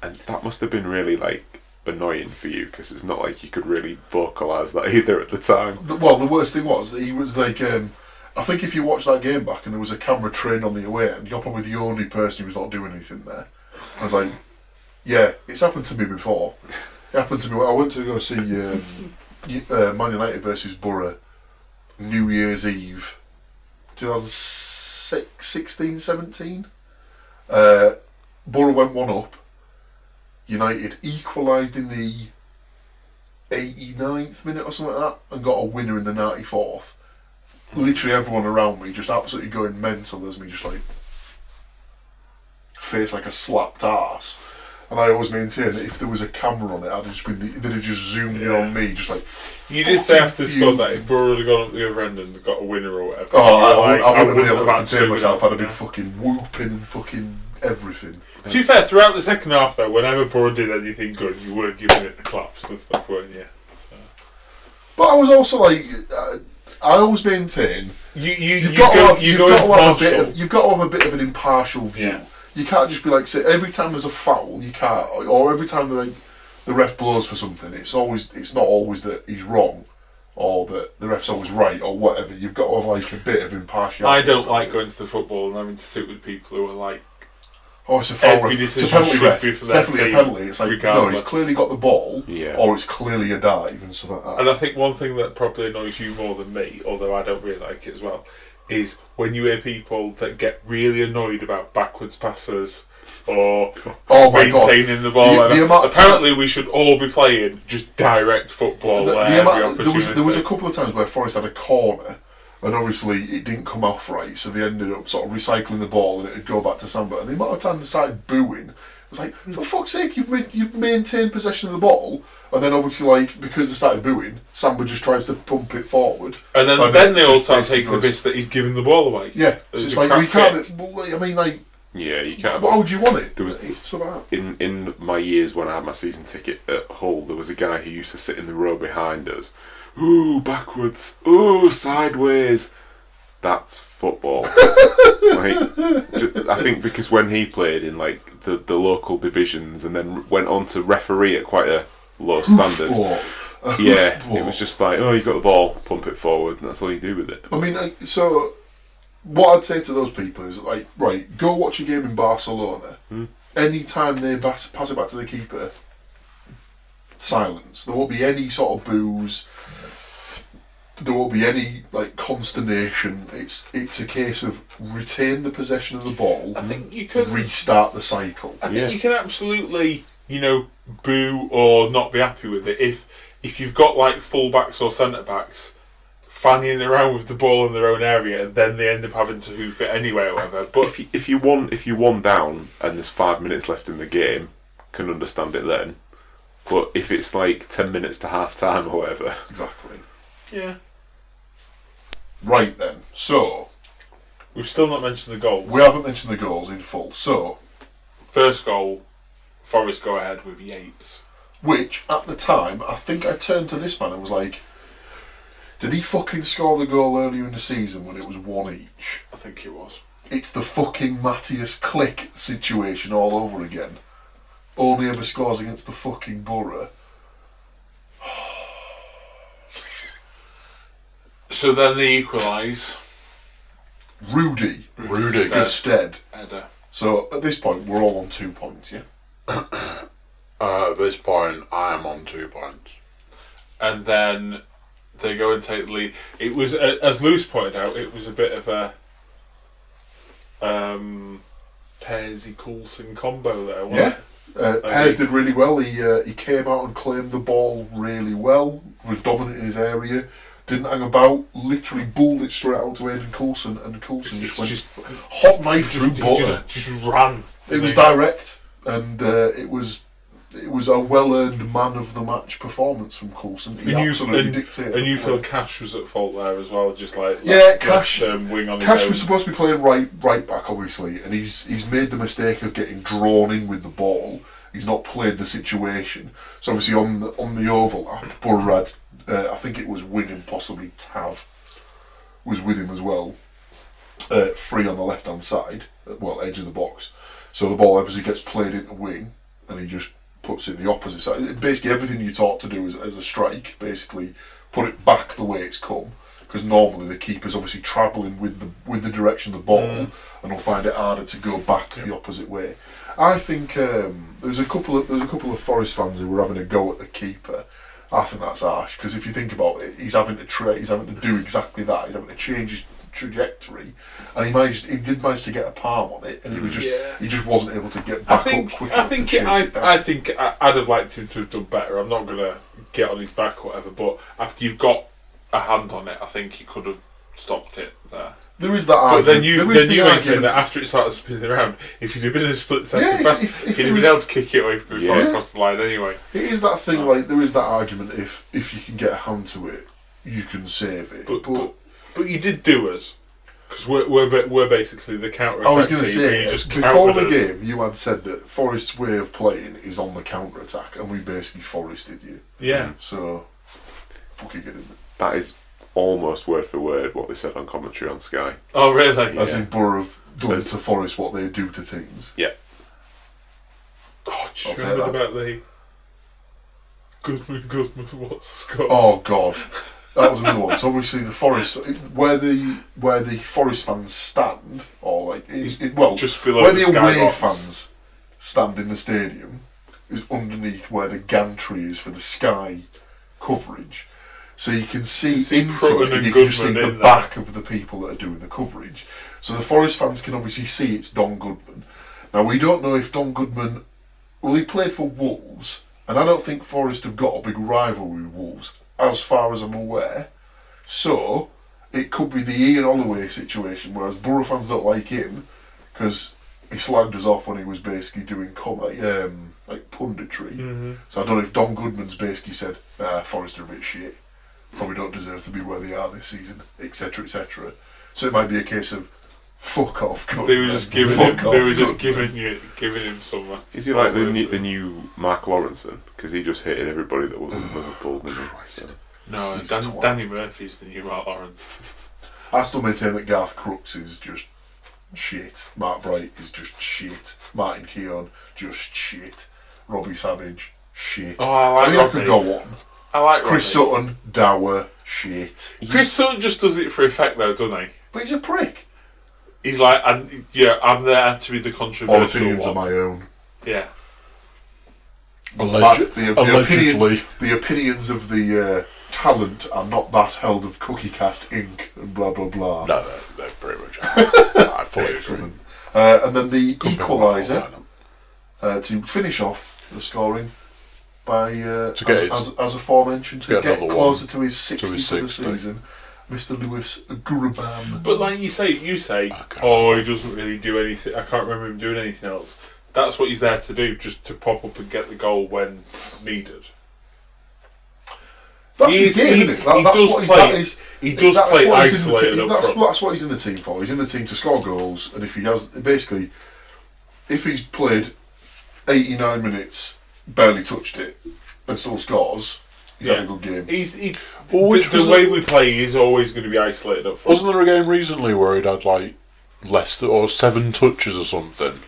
and that must have been really like annoying for you because it's not like you could really vocalise that <laughs> either at the time
The- well, the worst thing was that he was like, um, I think if you watch that game back and there was a camera trained on the away end, you're probably the only person who was not doing anything there. I was like, yeah, it's happened to me before. It happened to me. when I went to go see um, U- uh, Man United versus Borough New Year's Eve 2016 17. Uh, Borough went one up. United equalised in the 89th minute or something like that and got a winner in the 94th. Literally everyone around me just absolutely going mental as me, just like face like a slapped ass. And I always maintain that if there was a camera on it, I'd have just been the, they'd have just zoomed in on me, just like.
you did say after the
"Fuck
score
you."
that if Burrow had gone up the other end and got a winner or whatever
Oh,
you were
I,
like,
I, wouldn't have been able to
had
contain
to
myself. I'd have been
yeah.
fucking whooping, and fucking everything.
to be fair throughout the second half though whenever Burrow did anything good you were giving it the claps and stuff weren't you so
But I was also like, uh, I always maintain
you you
you've
you
got
go,
to have,
you
you've
go
got to have a
impartial.
bit of you've got to have a bit of an impartial view.
Yeah.
You can't just be like say every time there's a foul, you can't, or every time the the ref blows for something, it's always it's not always that he's wrong. or that the ref's always right or whatever. You've got to have like a bit of impartiality.
I don't like going to the football and having to sit with people who are like,
Oh, it's a foul
Every
ref. It's a
decision
penalty
should
ref.
be
It's
for their
definitely a
team,
penalty. It's like no,
regardless.
he's clearly got the ball,
Yeah.
or it's clearly a dive and stuff like that.
and I think one thing that probably annoys you more than me, although I don't really like it as well, is when you hear people that get really annoyed about backwards passes or
<laughs> oh my god!
maintaining the ball.
The-
whatever.
the amount of time-
Apparently, we should all be playing just direct football.
The- the
at every
amount- there was there was a
opportunity.
couple of times where Forest had a corner, and obviously it didn't come off right, so they ended up sort of recycling the ball and it'd go back to Samba. And the amount of time they started booing, it was like for fuck's sake, you've ma- you've maintained possession of the ball, and then obviously like because they started booing, Samba just tries to pump it forward.
and then,
and
then
it
they
just
all start
basically
taking the
goes-
piss that he's giving the ball away.
Yeah, so
There's
it's
a
like we
crap
can't.
kick.
well, I mean, like,
Yeah, you
how
can't.
would you want it?
There was-
it's about.
in in my years when I had my season ticket at Hull, there was a guy who used to sit in the row behind us. Ooh, backwards. Ooh, sideways. That's football. like, ju- I think because when he played in like the, the local divisions and then went on to referee at quite a low standard.
Ball. A
Yeah,
hoofball.
it was just like, oh, you got the ball, pump it forward, and that's all you do with it.
I mean, I- so what I'd say to those people is like, right, go watch a game in Barcelona. Anytime they pass, pass it back to the keeper, silence. There won't be any sort of booze. There won't be any like consternation. It's it's a case of retain the possession of the ball,
I think you could.
restart the cycle.
I think
Yeah.
you can absolutely, you know, boo or not be happy with it if if you've got like full backs or centre backs fannying around with the ball in their own area, and then they end up having to hoof it anyway or whatever. But
If you, if you won if you won down and there's five minutes left in the game, can understand it then. But if it's like ten minutes to half time or whatever,
Exactly.
yeah,
Right then. So
we've still not mentioned the goal.
we haven't mentioned the goals in full. So
First goal, Forest go ahead with Yates.
Which, at the time, I think I turned to this man and was like, did he fucking score the goal earlier in the season when it was one each?
I think it was.
It's the fucking Matthias Click situation all over again. Only ever scores against the fucking Borough.
So then they equalise.
Rudy
Rudy.
instead.
Header.
So at this point, we're all on two points, yeah?
Uh, at this point, I am on two points.
and then they go and take the lead. It was, uh, as Lewis pointed out, it was a bit of a um, Pairsy Coulson combo there. Wasn't
Yeah.
It?
Uh, Pears did really well. He uh, he came out and claimed the ball really well. Was dominant in his area. Didn't hang about. Literally balled it straight out to Aidan Coulson, and Coulson just went
Just-
hot knife through
Just-
butter.
just, just ran.
it was
that.
direct, and uh, it was it was a well earned man of the match performance from Coulson. He
And you,
absolutely
and,
dictated.
and you
the
feel
play.
Cash was at fault there as well, just like
Yeah,
left-
Cash-
left, um, wing on his
Cash
own.
was supposed to be playing right right back, obviously, and he's he's made the mistake of getting drawn in with the ball. He's not played the situation. So obviously on the on the overlap, Burrad, uh, I think it was Wynn and possibly Tav, was with him as well, uh, free on the left hand side, uh, well edge of the box. So the ball obviously gets played into wing, and he just puts it the opposite side. Basically, everything you're taught to do as, as a strike, basically, put it back the way it's come. Because normally the keeper's obviously travelling with the with the direction of the ball, and will find it harder to go back the opposite way. I think um, there's a couple of there's a couple of Forest fans who were having a go at the keeper. I think that's harsh because if you think about it, he's having to tra- he's having to do exactly that. He's having to change his trajectory, and he managed he did manage to get a palm on it, and he was just
Mm. Yeah.
he just wasn't able to get
I
back up
think
quick
I
enough
think
to
it,
chase
I,
it down.
I think I, I'd have liked him to have done better. I'm not gonna get on his back or whatever, but after you've got a hand on it, I think he could have stopped it there.
there is that
But
argument.
then you
there is
then
the
you maintain
argument-
that after it started spinning around, if you'd have been in a split second
Yeah, if-
fast,
if- if
he'd
it
have been
was-
able to kick it away before
Yeah.
it crossed the line anyway.
It is that thing like there is that argument if if you can get a hand to it, you can save it.
But but, but you did do us because we're we're, ba- we're basically the counter.
I was going to
you
say
just
before the
countered us.
game, you had said that Forest's way of playing is on the counter attack, and we basically forested you.
Yeah,
So fucking get in there.
that is almost word for word what they said on commentary on Sky.
Oh, really?
As in Borough have done
As-
to Forest what they do to teams.
Yeah,
Oh, do
I'll
you
take
remember
that.
about the Goodman Goodman what's Scott?
Oh God, That was another one. So obviously the forest, where the where the forest fans stand, or like it's it, well,
Just below
where
the
the,
skybox.
away fans stand in the stadium is underneath where the gantry is for the sky coverage. So you can see,
see
into
Prutton
it, and
and
you can just see
Goodman
the
in there.
back of the people that are doing the coverage. So the Forest fans can obviously see it's Don Goodman. Now we don't know if Don Goodman, well, he played for Wolves, and I don't think Forest have got a big rivalry with Wolves, as far as I'm aware. So it could be the Ian Holloway situation, whereas Borough fans don't like him because he slagged us off when he was basically doing com- like, um, like punditry.
Mm-hmm.
So I don't know if Don Goodman's basically said, ah, Forest are a bit shit, probably don't deserve to be where they are this season, etc., etc. So it might be a case of fuck off. Goodman.
They were just giving him.
Oh, Fuck
They were
off,
just
Goodman."
giving you, giving him some. uh,
Is he like the new, the new Mark Lawrenson? Because he just hated everybody that wasn't Liverpool. didn't he? So,
No,
He's a
Dan,
twat.
Danny Murphy's the new Mark Lawrence.
I still maintain that Garth Crooks is just shit. Mark Bright is just shit. Martin Keown just shit. Robbie Savage shit.
Oh, I like
I mean, I could
Robbie.
go on.
I like
Chris
Robbie.
Sutton, dour shit.
Chris Sutton just does it for effect, though, doesn't he?
But he's a prick.
He's like, I'm, yeah, I'm there to be the
All
controversial
opinions
one.
are my own.
yeah,
Alleg-
the, the,
allegedly.
opinions, the opinions of the uh, talent are not that held of Cookie Cast Inc. and blah blah blah.
No, they're, they're pretty much. I fully agree.
<laughs> Excellent. Uh, and then the
Could be one
equaliser.
of them.
uh, to finish off the scoring by uh,
To get
as,
his-
as, as aforementioned to
get
get,
another one
closer to his 60
to his
for the
60.
season. Mr. Lewis Grubam.
but like you say, you say,
can't
oh, he doesn't really do anything. I can't remember him doing anything else. That's what he's there to do, just to pop up and get the goal when needed.
that's
he's-
his game,
he-
isn't it? That-
he
that's
does
what he's,
play-
that is,
he does
that's
play
what he's in the
isolated
team,
up
that's,
front.
that's what he's in the team for. He's in the team to score goals, and if he has basically, if he's played 89 minutes, barely touched it, and still scores, he's had
Yeah.
a good game.
He's he,
Well, which
the,
was
the way we play is always going to be isolated up front.
Wasn't there a game recently where he'd had like less than or seven touches or something?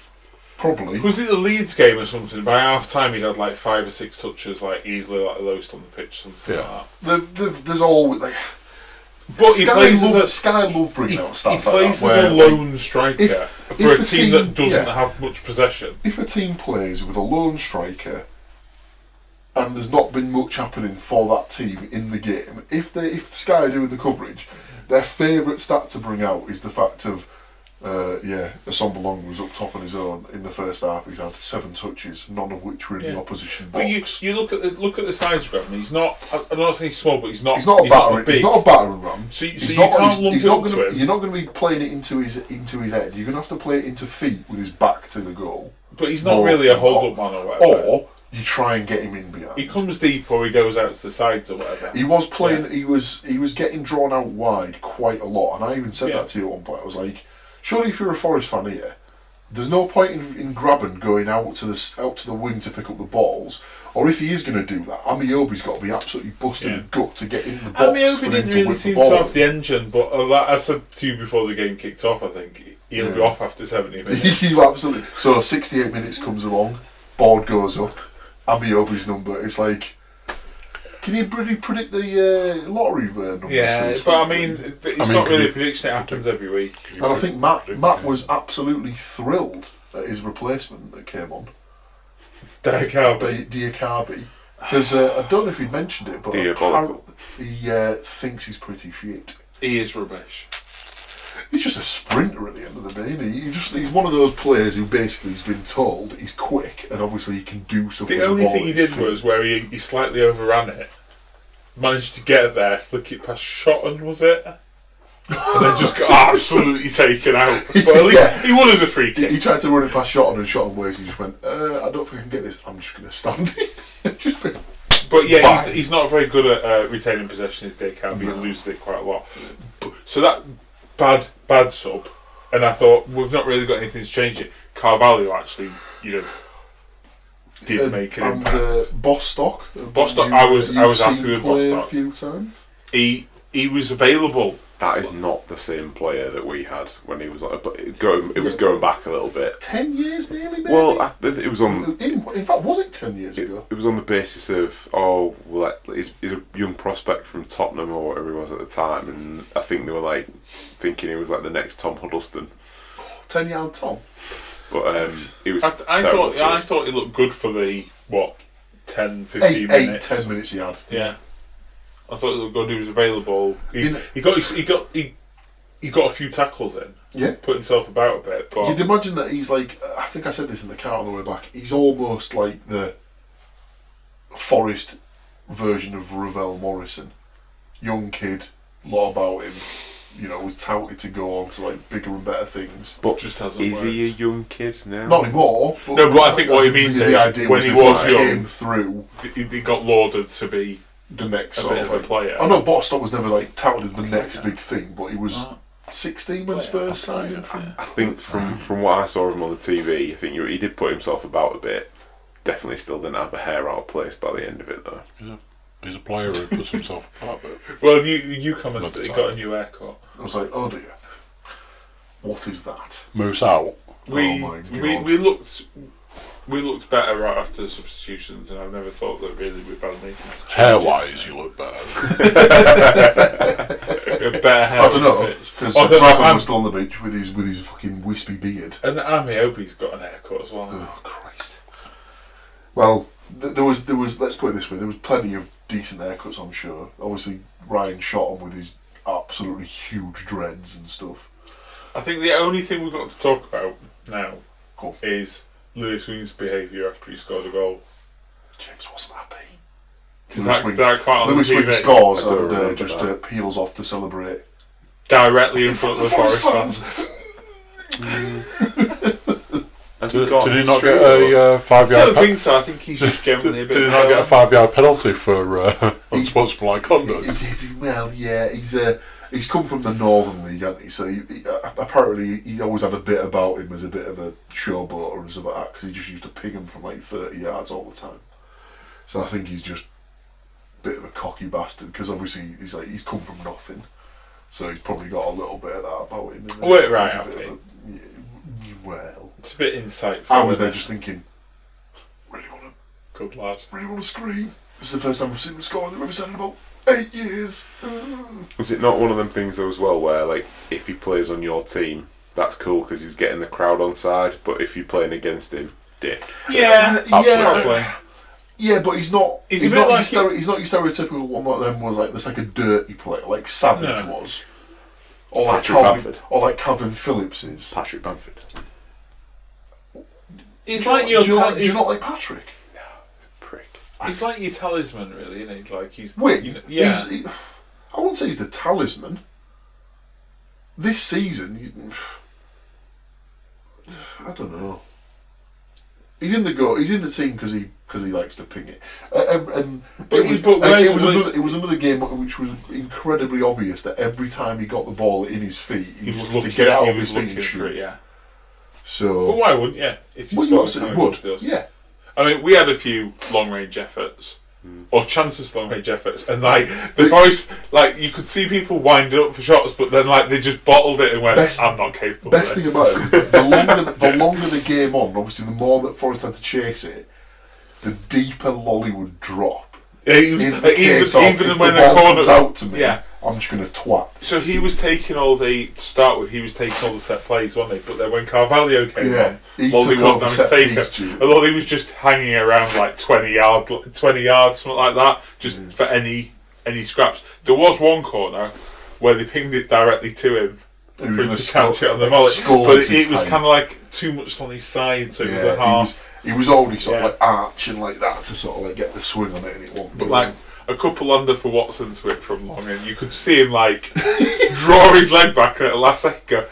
Probably.
Was it the Leeds game or something? By half time, he'd had like five or six touches, like easily, like the lowest on the pitch, something
Yeah.
like
They've, they've, there's always. Like,
that. But he
Sky
plays
love,
as
Sky love
a, he,
bringing out
he
stats
plays
like that,
as
where,
a
like,
lone striker
if-
for
if
a
a
team,
team-
that doesn't
yeah.
have much possession.
if a team plays with a lone striker and there's not been much happening for that team in the game, if they if Sky do the coverage, their favourite stat to bring out is the fact of uh, yeah, Assomba Long was up top on his own in the first half. He's had seven touches, none of which were in
Yeah.
the opposition box.
But you, you look at the, look at the size grab. He's not. I- I'm not saying he's small, but he's not.
he's not a battering.
big.
he's not a battering ram.
So you- so
he's
you can't lump it
not
up to
gonna,
him.
You're not going to be playing it into his into his head. You're going to have to play it into feet with his back to the goal.
but he's not
more
really a
often than
hold-up
not. Oh.
man or whatever.
Or you try and get him in behind.
he comes deep, or he goes out to the sides or whatever.
He was playing. He was he was getting drawn out wide quite a lot, and I even said
Yeah.
that to you at one point. I was like, surely if you're a Forest fan here, there's no point in, in grabbing going out to the s- out to the wing to pick up the balls, or if he is going to do that, Amiobi's got to be absolutely busting
Yeah.
his gut to get in the box
I mean,
for
Obi
him
didn't
to
really
win the
seem
ball.
to
<laughs>
have the engine, but uh, like I said to you before the game kicked off, I think he'll be
Yeah.
off
<laughs>
after 70 minutes.
you absolutely. So 68 minutes comes along, board goes up, Amiobi's number. It's like. Can you pretty predict the uh, lottery uh, numbers? for
yeah,
this
but I
week,
mean,
please?
th- it's
mean,
not
can
really
you-
<laughs>
a prediction. It happens every week.
And I think Matt Matt was absolutely thrilled at his replacement that came on,
Derek Harvey.
Di- Diakabi. Because uh, I don't know if he'd mentioned it, but
Diabolical.
appar- he uh, thinks he's pretty shit.
He is rubbish.
He's just a sprinter at the end of the day, isn't he? he just, he's one of those players who basically has been told he's quick and obviously he can do something.
The
with
only
the ball
thing he
at his
did
feet.
was where he, he slightly overran it, managed to get there, flick it past Shotton, was it? And then
<laughs>
just got absolutely taken out. But at least
Yeah.
he won as a free
He, he
kick.
tried to run it past Shotton and Shotton ways. He just went, uh, "I don't think I can get this. I'm just going to stand it." <laughs> just been,
But yeah, he's,
Bye.
he's not very good at uh, retaining possession, is Dick Harvey. He loses it quite a lot. But- So that bad, bad sub. And I thought, we've not really got anything to change it. Carvalho actually, you know, did
uh,
make an
and
impact.
uh, Bostock. uh,
Bostock,
you-
I was- I
you've
was happy
seen
with
play
Bostock.
a few times.
he he was available
That is not the same player that we had when he was on. But it, go, it was going back a little bit.
Ten years nearly, maybe.
Well, I, it was on
in, in fact, was it ten years
It,
ago?
it was on the basis of oh well that- he's, he's a young prospect from Tottenham or whatever he was at the time and I think they were like thinking he was like the next Tom Huddleston
Ten yard Tom.
but um, it was
I, I
terrible
thought
for
I
us.
thought it looked good for the what 10, 15
Eight, eight,
minutes.
ten minutes he had.
Yeah, I thought it looked good. He was available. He,
You know-
he got his, he got he, he got a few tackles in.
Yeah.
Put himself about a bit, but
You'd imagine that he's like, uh, I think I said this in the car on the way back, he's almost like the Forest version of Ravel Morrison. Young kid, lot about him, you know, was touted to go on to like bigger and better things.
but
just hasn't
is he a
worked.
young kid now
Not anymore. But
No, but I think what he
that's
means
the
is
idea
when
was
he
that
was young-
came through
he, he got lauded to be
the next
A
sort
bit
of,
of a
like-
player.
I know Botstock was never like touted as the next big thing, but he was 16 when Spurs signed him from.
I think from from what I saw of him on the TV I think you- he did put himself about a bit definitely still didn't have a hair out of place by the end of it though
He's a player who puts himself <laughs> apart, but
well. You you commented
Not
that he
the
got a new haircut.
I was like, oh dear, what is that?
moves out.
We
oh my god.
we, we looked we looked better right after the substitutions, and I've never thought that really we've had anything. to change
Hair
it.
wise, you look better.
We had better hair.
I don't know because
Because I'm, Oh,
was still on the beach with his with his fucking wispy beard.
and Ami Obi's got an haircut as well.
Oh Christ! Well, th- there was there was let's put it this way: there was plenty of decent haircuts on show. Obviously, Ryan shot him with his absolutely huge dreads and stuff.
I think the only thing we've got to talk about now
Cool.
is Lewis Wing's behaviour after he scored a goal.
James wasn't happy.
That, that quite on
Lewis
the
Wing
TV,
scores
I don't
Oh,
and uh,
remember
just
that.
uh, peels off to celebrate.
directly in front of the Forest fans.
<laughs>
Has he
Did,
got
did he
an
not
extreme
get
or-
a uh, five
I don't
yard? Pe-
think so. I think
<laughs>
he's just
did,
generally a
did
bit.
he not get a
down.
five yard penalty for uh, <laughs> unsportsmanlike conduct?
He's- well, yeah, he's uh, he's come from the Northern League, hasn't he? So he, he, uh, apparently he always had a bit about him as a bit of a showboater and stuff like that because he just used to ping him from like thirty yards all the time. So I think he's just a bit of a cocky bastard because obviously he's like he's come from nothing, so he's probably got a little bit of that about him. isn't he?
Wait, right,
He's a bit
okay.
of a- yeah, well,
It's a bit insightful.
I was there
isn't
just thinking, really want to
it? good lad.
really want to scream. This is the first time I've seen him score on the Riverside in about eight years.
Is it not one of them things though as well where like if he plays on your team, that's cool because he's getting the crowd on side, but if you're playing against him, dick.
Yeah,
Absolutely.
probably.
Yeah, but he's not.
He's
He's,
a bit
not. your
like
stere- he's not your stereotypical one like them was like this like a dirty player like Savage
No.
was, or like
Patrick
Calvin,
Bamford.
or like Calvin Phillips is.
Patrick Bamford.
He's
Do you
like
not-
your.
Do you,
tal-
not, do you
he's,
not like Patrick?
Prick.
he's like your talisman, really, isn't he? Like he's.
Wait,
you know- yeah.
he's, he, I wouldn't say he's the talisman. This season, you, <sighs> I don't know. He's in the go. He's in the team because he because he likes to ping it. Uh, um, and
But
it was,
he's- but
and
where's-
it, was
where's-
another, it was another game which was incredibly obvious that every time he got the ball in his feet, he,
he
was
was
looking
lucky.
to get out
he
of his
was
feet and
looking for it,
shoot.
yeah. But
So,
why wouldn't you? If you
well, you
scored a
absolutely
goal
would.
to us.
Yeah,
I mean, we had a few long range efforts
Hmm.
or chances long range efforts, and like the forest, like you could see people wind up for shots, but then like they just bottled it and went,
Best-
"I'm not capable."
Best
of
thing
this.
about it was
<laughs>
the longer the longer the game on, obviously the more that Forest had to chase it, the deeper Lolly would drop.
Yeah, he was,
In
like,
the
even
case of,
even
if
when
the
the
ball
corner
comes out to me,
yeah.
I'm just gonna twat.
So he was taking all the to start with. He was taking all the set plays, wasn't he? But then when Carvalho came
Yeah,
on,
he
Lolly
took all
wasn't
the set
having to
piece
take
duty.
it. Lolly was just hanging around like twenty yard, twenty yards, something like that, just for any any scraps. There was one corner where they pinged it directly to him.
He
For him
gonna
to catch
score-
it on the
like,
volley,
score
but it,
into
was
time.
kind of like too much on his side, so it was
Yeah,
a half.
He was, he was already sort
Yeah.
of like arching like that to sort of like get the swing on it, and it won't.
But <laughs> like a couple under for Watson to it from long, and you could see him like draw his leg back and at the last second go,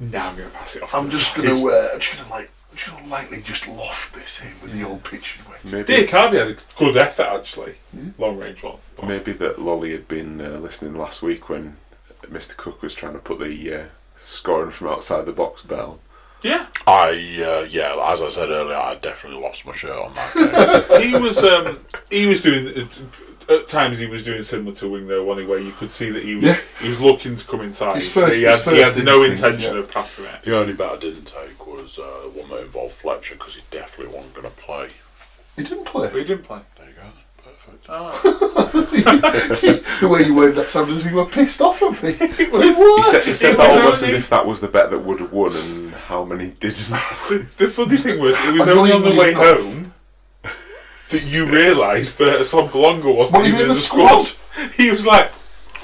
"Now I'm going to pass it off." to
I'm
the
just
side."
gonna, uh, I'm just gonna like, I'm just gonna lightly just loft this in with the old pitching wedge.
Maybe
Dear Carby had a good effort actually,
Hmm?
long range one. But
maybe that Lolly had been uh, listening last week when Mr Cook was trying to put the uh, scoring from outside the box bell.
yeah,
I uh, yeah, as I said earlier, I definitely lost my shirt on that. Day.
he was um, he was doing a, at times he was doing similar to Wing though, one where you could see that he was
Yeah.
he was looking to come inside.
His first-
he had,
his
he had
first
no
instinct,
intention
yeah.
of passing it.
The only bet I didn't take was uh, one that involved Fletcher because he definitely wasn't going to play.
He didn't play. <laughs>
But <laughs> he didn't play.
There you go. Perfect.
Oh.
the way you worded that sounded as if you were pissed off at
<laughs>
me. Like,
He
what?
said, he said
It
that
was
almost as
only-
if that was the bet that would have won, and how many didn't.
<laughs> the, the funny thing was, it was
I'm
only on the
not
way
even enough.
home that you realised that Sam Golonga wasn't
Wasn't
even in the squad. <laughs> He was like,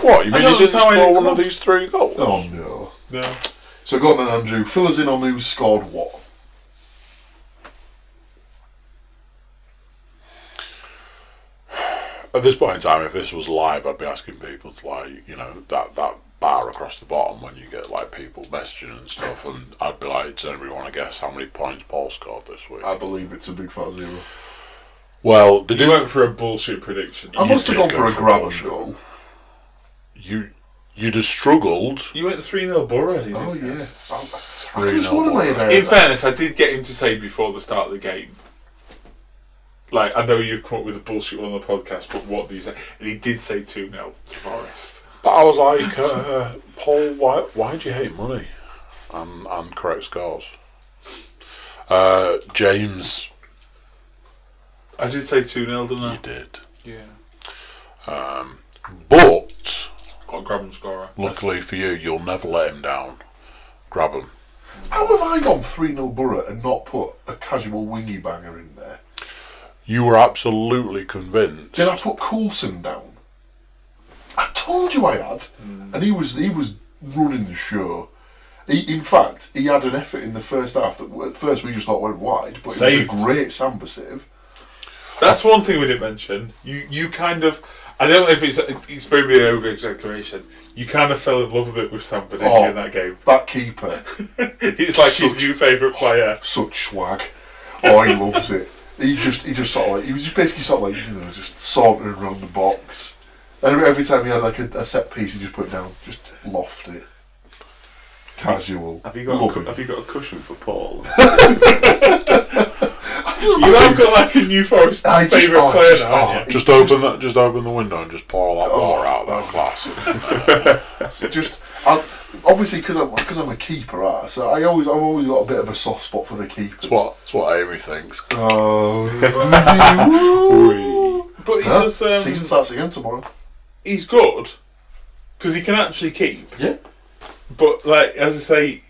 What? You
I
mean
don't
he didn't
understand why
score
he didn't
one of
come on.
these three goals?
oh no.
no.
So go on then, Andrew. Fill us in on who scored what.
At this point in time, if this was live, I'd be asking people to like, you know, that that bar across the bottom when you get like people messaging and stuff, and I'd be like, does anybody want to guess how many points Paul scored this week?
I believe it's a big fat zero.
well, they
You
didn't.
went for a bullshit prediction.
I
You
must have gone
did go
for a
for
grab and
bullshit.
goal.
You you'd have struggled.
You went 3 0 Borough. you
Oh
didn't you?
yeah. I could
Three
have sworn I
nil,
lay there.
In fairness, I did get him to say before the start of the game, like, I know you've come up with a bullshit one on the podcast, but what do you say? And he did say 2 0 to Forest.
But I was like, uh, Paul, why why do you hate money? And and correct scores. Uh, James,
I did say 2 0, didn't
you
I?
did,
Yeah.
but
Got a grab and scorer.
luckily for you, you'll never let him down. Grab him.
How have I gone 3 0 Borough and not put a casual wingy banger in there?
You were absolutely convinced.
Did I put Coulson down? I told you I had, and he was he was running the show. He, in fact, he had an effort in the first half that at first we just thought went wide, but it
Saved.
was a great Samba save.
That's one thing we didn't mention. You you kind of I don't know if it's it's maybe an over exaggeration. You kind of fell in love a bit with Sam Bernanke
Oh.
in that game. <laughs>
That keeper,
It's like his
Such-
new favourite player.
such swag. Oh, he loves it. He just he just sort of like he was just basically sort of like you know just sauntering around the box. And every time he had like a, a set piece, he just put it down, just loft it. Casual.
Have you got? A,
Love
cu-
it.
have you got a cushion for Paul?
You have got like a new Forest
I just-
favourite
oh,
player
just-
now. haven't
oh,
you?
it
Just open that. Just open the window and just pour all that water out. That glass.
So just I, obviously because I'm because I'm a keeper, right? So I always I've always got a bit of a soft spot for the keepers.
That's what. That's what Amy thinks.
<laughs>
Oh,
But he
Huh?
does. Um,
season starts again tomorrow.
he's good because he can actually keep.
Yeah,
But like as I say,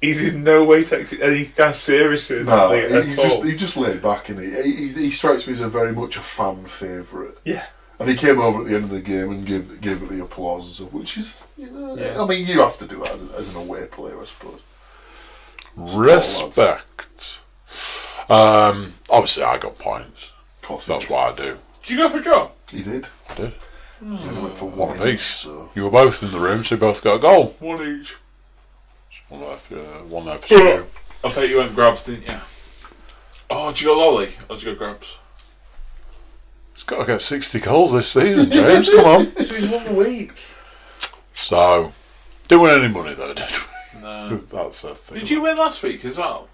he's in no way taking any kind of seriously in
no,
that thing at
he's
all.
just he's just laid back and he he, he strikes me as a very much a fan favourite.
yeah.
And he came over at the end of the game and gave gave it the applause and stuff, which is you know,
Yeah.
I mean you have to do that as, an as an away player, I suppose.
Respect. Um. Obviously, I got points.
Of course, he
That's
did.
what I do.
Did you go for a draw?
he did.
I did.
He
Hmm.
went for
One
one each,
apiece.
so.
You were both in the room, so you both got a goal.
One each.
One there for, uh, one there for Stu.
I bet you went grabs, didn't you? Oh, did you go lolly or did you go grabs?
He's got to get sixty goals this season, James. Come on.
So he's won the week.
So, didn't win any money though, did we?
No.
<laughs> That's a thing.
Did you win last week as well?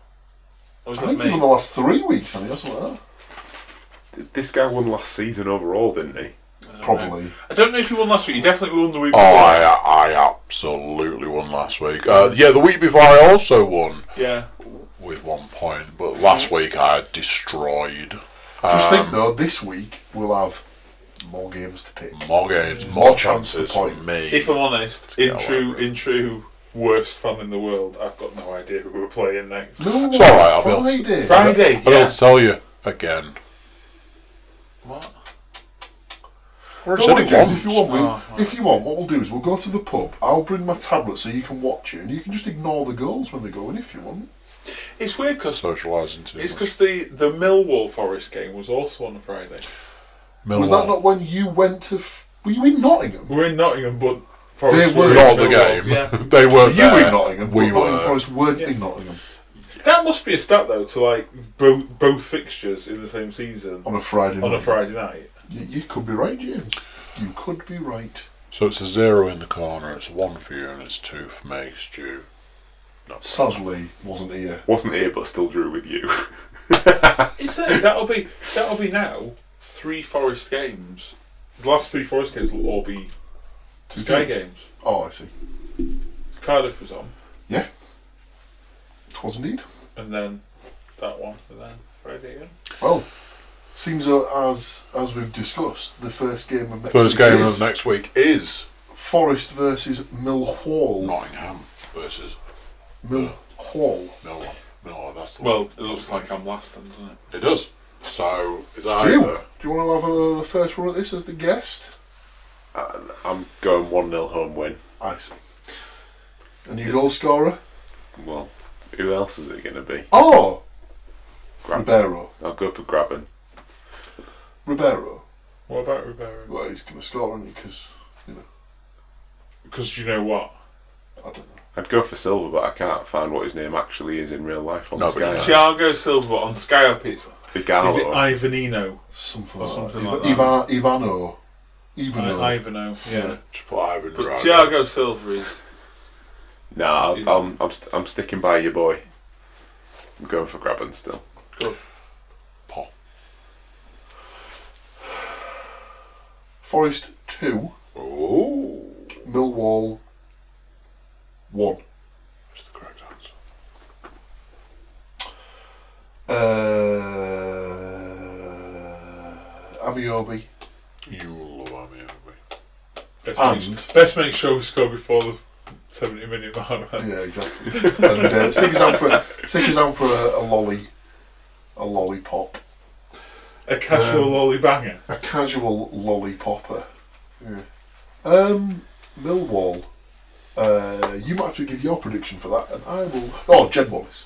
Or was
I
that
think he won
me?
the last three weeks. I think that's what. That.
this guy won last season overall, didn't he?
Probably.
I don't know if you won last week. You definitely won the week
Oh,
before.
I, I absolutely won last week. Uh, yeah, the week before I also won
yeah.
with one point, but last week I destroyed
Just
Um,
think though, this week we'll have more games to pick.
more games, more,
More chance
chances
for
for
points.
me.
If I'm honest,
get
in
away
true,
with it.
in true worst fun in the world, I've got no idea who we're playing next.
No,
It's all right, I'll be able to-
Friday.
I
Friday. Yeah.
don't tell you again.
What?
Or
Don't worry, James, if you want, we'll,
Oh,
if you want, what we'll do is we'll go to the pub. I'll bring my tablet so you can watch it, and you can just ignore the goals when they go in if you want.
It's weird because
Socialising too.
it's
much.
because the the Millwall Forest game was also on a Friday.
Was
Millwall.
that not when you went to? F- were you in Nottingham?
We're in Nottingham, but Forest
They were-
in
Not the
Millwall,
game.
Yeah.
<laughs> they were
you uh, were
there.
in Nottingham.
We
but Nottingham
were.
Forest weren't
Yeah.
in Nottingham
That must be a stat though to like both both fixtures in the same season
on a
Oh,
Friday.
on a
night.
Friday night.
You, you could be right, James. You could be right.
So it's a zero in the corner. It's one for you and it's two for me, Stu.
Sadly, wasn't here.
Wasn't here, but still drew with you. <laughs>
Is there, that'll be that'll be now three Forest games The last three Forest games will all be Sky games.
Oh, I see.
Cardiff was on,
Yeah. It was indeed.
and then that one, and then Friday again.
Well, seems uh, as as we've discussed, the first game of next
First
week
game
is
of next week is
Forest versus Millwall.
Nottingham versus
Millwall.
Millwall. Millwall, that's the one.
Well, it looks like I'm last then, doesn't it?
It does. So, is that
Stu,
either?
do you want to have a first run at this as the guest?
Uh, I'm going 1 0 home win.
I see. And your goal scorer?
Well, who else is it going to be?
Oh,
Grab-
Ribeiro.
I'll go for grabbing.
Ribeiro.
What about Ribeiro?
Well, he's going to score, on you? Because
Because you know what?
I don't know.
I'd go for Silver, but I can't find what his name actually is in real life on
No,
Sky.
but
Thiago Silva on Sky Up it's
Begano
is it
or-
Ivanino?
Something,
Or
like,
something
that.
like
Iva- Iva- Ivano. Ivano.
I, Ivano, yeah.
Just put Ivan
But
Drago.
Thiago Silva is
Nah,
Is-
I'll, I'm, I'm, st- I'm sticking by your boy. I'm going for grabbing still.
Paul.
Forest 2,
Oh,
Millwall 1.
that's the correct answer.
Uh, Amiobi.
You love Amiabi.
best,
And-
make, best make sure we score before the 70 minute mark. man.
Yeah, exactly. and uh, stick us down for, a- stick us down for a, a lolly, a lollipop,
A casual
Um,
lolly banger.
a casual lollipopper. Yeah. Um, Millwall. Uh, you might have to give your prediction for that, and I will. Oh, Jed Wallace.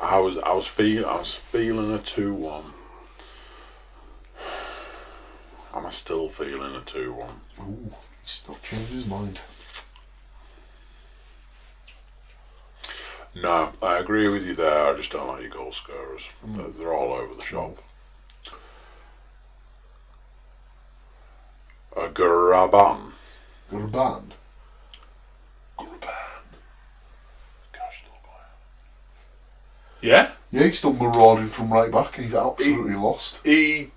I was, I was feeling, I was feeling a two-one. <sighs> Am I still feeling a two-one?
Ooh, he's not changed his mind.
No, I agree with you there. I just don't like your goal scorers. They're, they're all over the shop. A Graban.
Got a ban.
Graban. Gosh, look like-
Yeah?
Yeah, he's still marauding from right back, and he's absolutely lost.
He,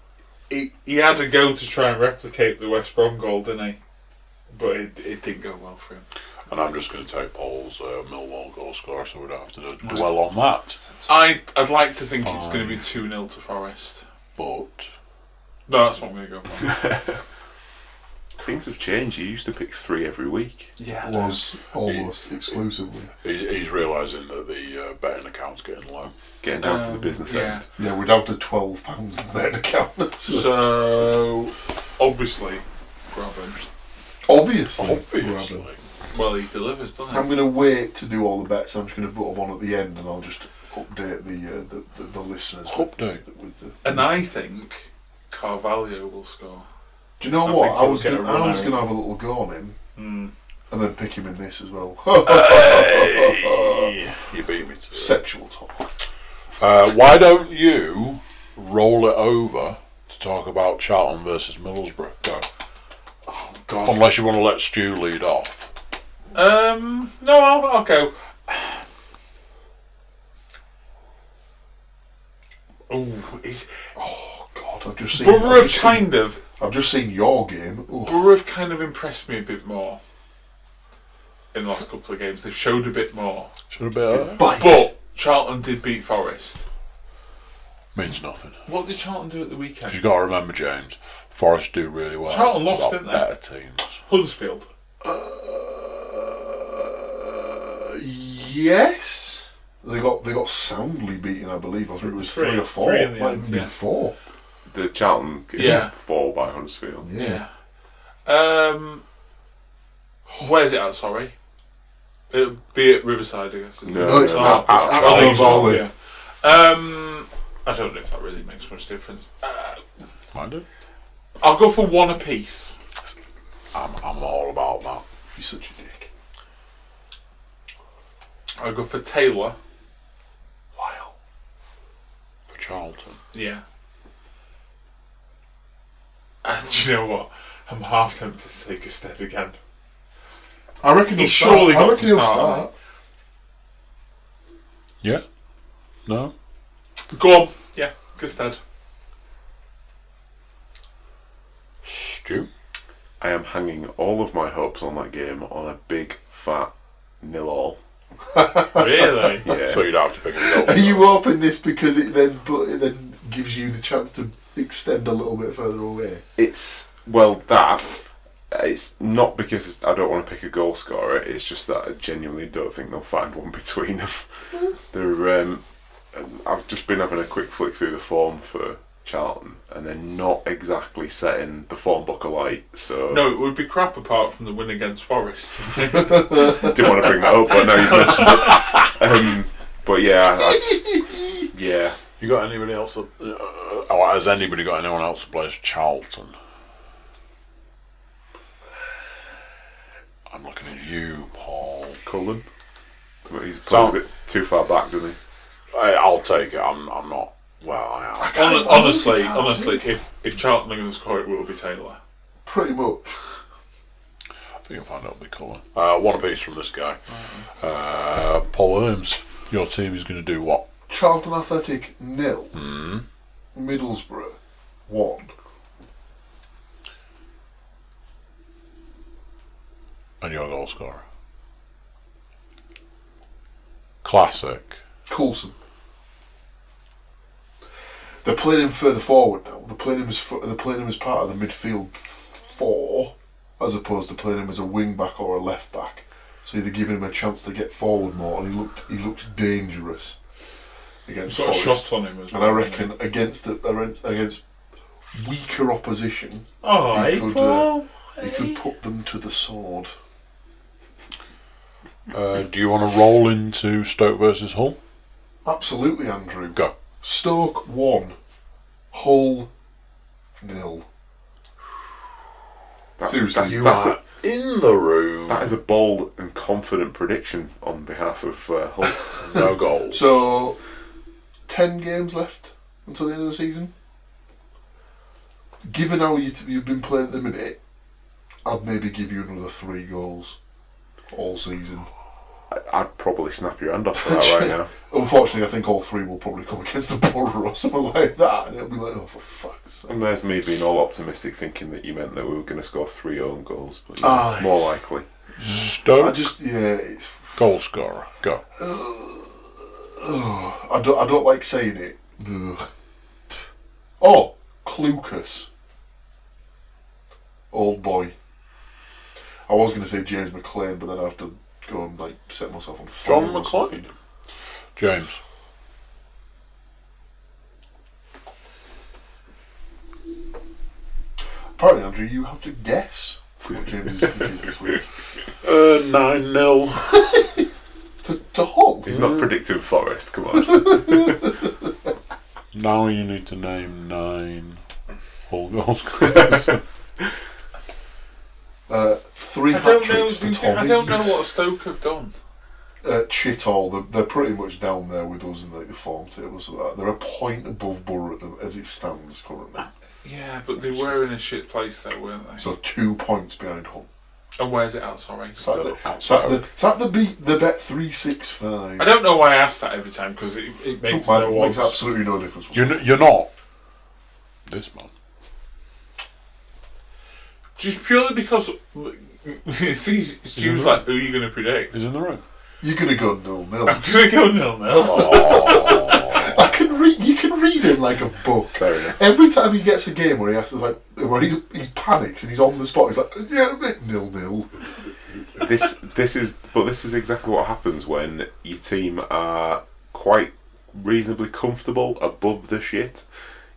he he had a go to try and replicate the West Brom goal, didn't he? But it, it didn't go well for him.
And I'm just going to take Paul's uh, Millwall goal scorer, so we don't have to dwell on that.
I, I'd like to think it's going to be 2 0 to Forest.
But
No, that's what I'm going to go for.
Things have changed. You used to pick three every week.
Yeah, was almost exclusively.
he, he's realising that the uh, betting account's getting low.
Getting down to the
Um,
business
yeah.
end.
Yeah, we're down to twelve pounds in the net <laughs> account.
So, obviously, Robin.
Obviously.
Obviously.
Robin.
Well, he delivers, doesn't
I'm
he?
going to wait to do all the bets. I'm just going to put them on at the end, and I'll just update the uh, the, the, the listeners. with-
Update.
With the,
And I think Carvalho will score.
do you know
I
what?
think
I
he'll
was
get
gonna,
a Hmm. run
I was
out.
going to have a little go on him, and then pick him in this as well. <laughs>
Hey, you beat me to it.
Sexual talk.
Uh, why don't you roll it over to talk about Charlton versus Middlesbrough? Go.
God.
Unless you want to let Stu lead off.
Um, no, I'll, I'll go. Oh, is
Oh God, I've just seen.
Borough
I've
have
just,
kind of
seen I've just seen your game. Ugh.
Borough have kind of impressed me a bit more in the last couple of games. They've showed a bit more,
Should have been.
Bite.
but Charlton did beat Forest.
Means nothing.
What did Charlton do at the
'Cause
weekend?
you got to remember, James, Forest do really well.
Charlton lost,
Got
didn't they?
Better teams.
Huddersfield.
Uh, yes. They got they got soundly beaten, I believe. I think it was three,
Three-
or four.
three in the
Might
end,
even be
yeah.
four.
The Charlton
Yeah.
yeah. fall by Huntsfield.
Yeah.
Um, where's it at? Sorry, It'll be at Riverside, I guess. isn't
No,
it?
No, it's
Oh,
not. It's
ouch.
at
I think
Allen's
so,
Alley.
yeah. Um, I don't know if that really makes much difference. Uh,
I do.
I'll go for one apiece.
I'm, I'm all about that.
He's such a dick.
I'll go for Taylor.
Wow.
For Charlton.
Yeah. And <laughs> do you know what? I'm half tempted to say Gusted again.
I reckon he'll
He's
start.
surely
I
got
reckon
to
he'll
start,
start.
Yeah. No.
Go on. Yeah, Gustad.
Stu.
I am hanging all of my hopes on that game on a big fat nil all.
<laughs>
Really?
Yeah.
So you don't have to pick yourself.
Are you hoping this because it then but it then gives you the chance to extend a little bit further away?
it's well that it's not because it's- I don't want to pick a goal scorer. It's just that I genuinely don't think they'll find one <laughs> between them. They're. Um, I've just been having a quick flick through the form for Charlton, and they're not exactly setting the form book alight. So
No, it would be crap apart from the win against Forest. <laughs>
didn't want to bring that up, but now you've mentioned it. Um, but yeah, I, yeah.
You got anybody else? That, uh, or has anybody got anyone else that plays Charlton? I'm looking at you, Paul.
Cullen. But he's
So-
played a bit too far back, doesn't he?
I, I'll take it. I'm. I'm not. Well, I am.
Hon- honestly, honestly, if, if Charlton are going to score, it will be Taylor.
Pretty much.
I think you'll find out the colour. Uh, one apiece from this guy. Uh, Paul Williams. Your team is going to do what?
Charlton Athletic nil. Middlesbrough one.
And your goal scorer. Classic.
Coulson. They're playing him further forward now. They're playing him as fu- they're playing him as part of the midfield f- four, as opposed to playing him as a wing back or a left back. So they're giving him a chance to get forward more, and he looked he looked dangerous
He's
against
got a
Forest.
shot on him as well.
And I reckon against the against weaker opposition,
Oh,
he
hey,
could,
Paul.
he could put them to the sword.
Uh, do you want to roll into Stoke versus Hull?
Absolutely, Andrew.
Go.
Stoke one, Hull nil.
That's,
Seriously,
that's,
you
that's, a,
are-
Uh, In the room.
that is a bold and confident prediction on behalf of uh, Hull. <laughs>
No goals.
So, 10 games left until the end of the season. Given how you t- you've been playing at the minute, I'd maybe give you another three goals all season.
I'd probably snap your hand off for that <laughs> right now.
Unfortunately, I think all three will probably come <laughs> against the Borough or something like that, and it'll be like, oh, for fuck's sake.
And there's me being all optimistic, thinking that you meant that we were going to score three own goals, but yeah,
Ah,
it's more likely.
I
Stoke
just, yeah, it's,
goal scorer. Go.
I, don't, I don't like saying it. Ugh. Oh, Clucas. Old boy. I was going to say James McLean, but then I have to go and like set myself on fire.
John
or something.
McLean. James.
Apparently, Andrew, you have to guess what James is this week.
Uh, 9 0.
To, to Hull.
He's not predicting Forest. Come <laughs> on,
Now you need to name 9 whole <laughs> goal scorers.
Uh, three
I
hat
don't, know,
tricks
if
for
you
Tommy.
can- I don't know what Stoke have done.
Uh, Chitall, they're, they're pretty much down there with us in like, the form table. So uh, they're a point above Borough at the- as it stands currently.
Yeah, but they were in a shit place though, weren't they?
So two points behind Hull.
And where's it at? oh, Sorry.
It's like the,
Outside.
it's like the, it's like the beat the bet three six five.
I don't know why I ask that every time because it, it makes
Makes,
no
makes
odds.
absolutely no difference.
you're, n- you're not. This man.
Just purely because. <laughs> See, Stu's like, who are you going to predict? <laughs>
Is in the room.
You're gonna go nil nil. <laughs>
I'm going to go nil nil.
I can read. You can read him like a
<laughs>
book.
fair enough.
Every time he gets a game where he has to like where he, he panics and he's on the spot, he's like yeah nil nil.
This this is but this is exactly what happens when your team are quite reasonably comfortable above the shit.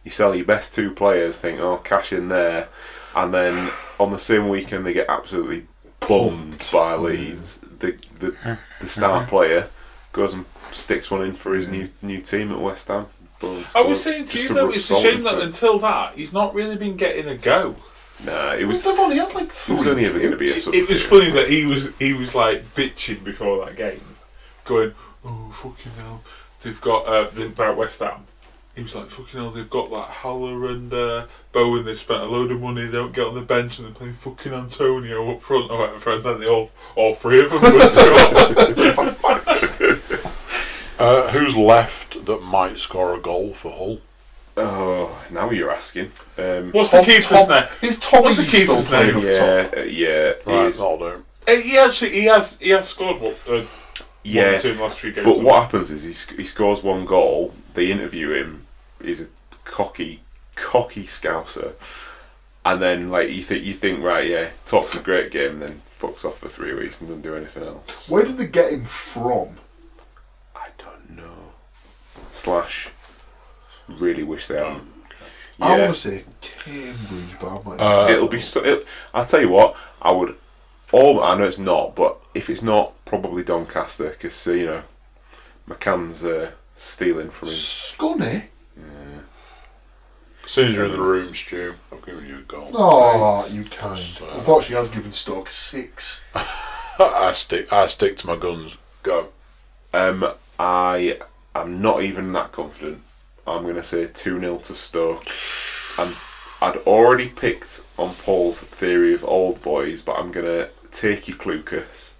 You sell your best two players, think oh cash in there, and then on the same weekend they get absolutely bummed by Leeds. The the, the star player goes and sticks one in for his new new team at West Ham. But
I was saying to you though, it's a shame that until that, he's not really been getting a go.
Nah, it was.
They've only had like
It
three.
was only ever going to be a
It,
sub.
it was funny that he was he was like bitching before that game, going, "Oh fucking hell, they've got uh, the- about West Ham." He was like, "Fucking hell, they've got like Haller and uh, Bowen. They've spent a load of money. They don't get on the bench, and they're playing fucking Antonio up
<laughs>
<laughs>
front or whatever." And then they all all three of them would score.
For fuck's sake.
<laughs> Uh, who's left that might score a goal for Hull?
Oh, now you're asking. Um,
What's the
Tom-
keeper's
Tom-
name?
Is Tommy
What's the
still
keeper's
playing
name?
up top?
yeah, uh, yeah, he
Right,
is.
that'll do.
Uh, He actually he has he has scored what uh, one
yeah.
or two in the last three games.
But what happens is he, sc- he scores one goal. They interview him. He's a cocky, cocky scouser, and then like you think you think right, yeah, talks a great game, then fucks off for three weeks and doesn't do anything else.
Where did they get him from?
I don't know. Slash, really wish they hadn't.
I
Yeah.
want to say Cambridge, but I'm
Uh,
like,
It'll be. So, it, I'll tell you what. I would. All I know it's not, but if it's not, probably Doncaster, because you know, McCann's uh, stealing from him.
Scunny.
As soon as you're in the room, Stu, I've given you a goal.
Oh, you kind.
So-
Unfortunately, he has given Stoke six.
<laughs> I stick. I stick to my guns. Go.
Um, I am not even that confident. I'm going to say 2 0 to Stoke. i I'd already picked on Paul's theory of old boys, but I'm going to take you, Clucas.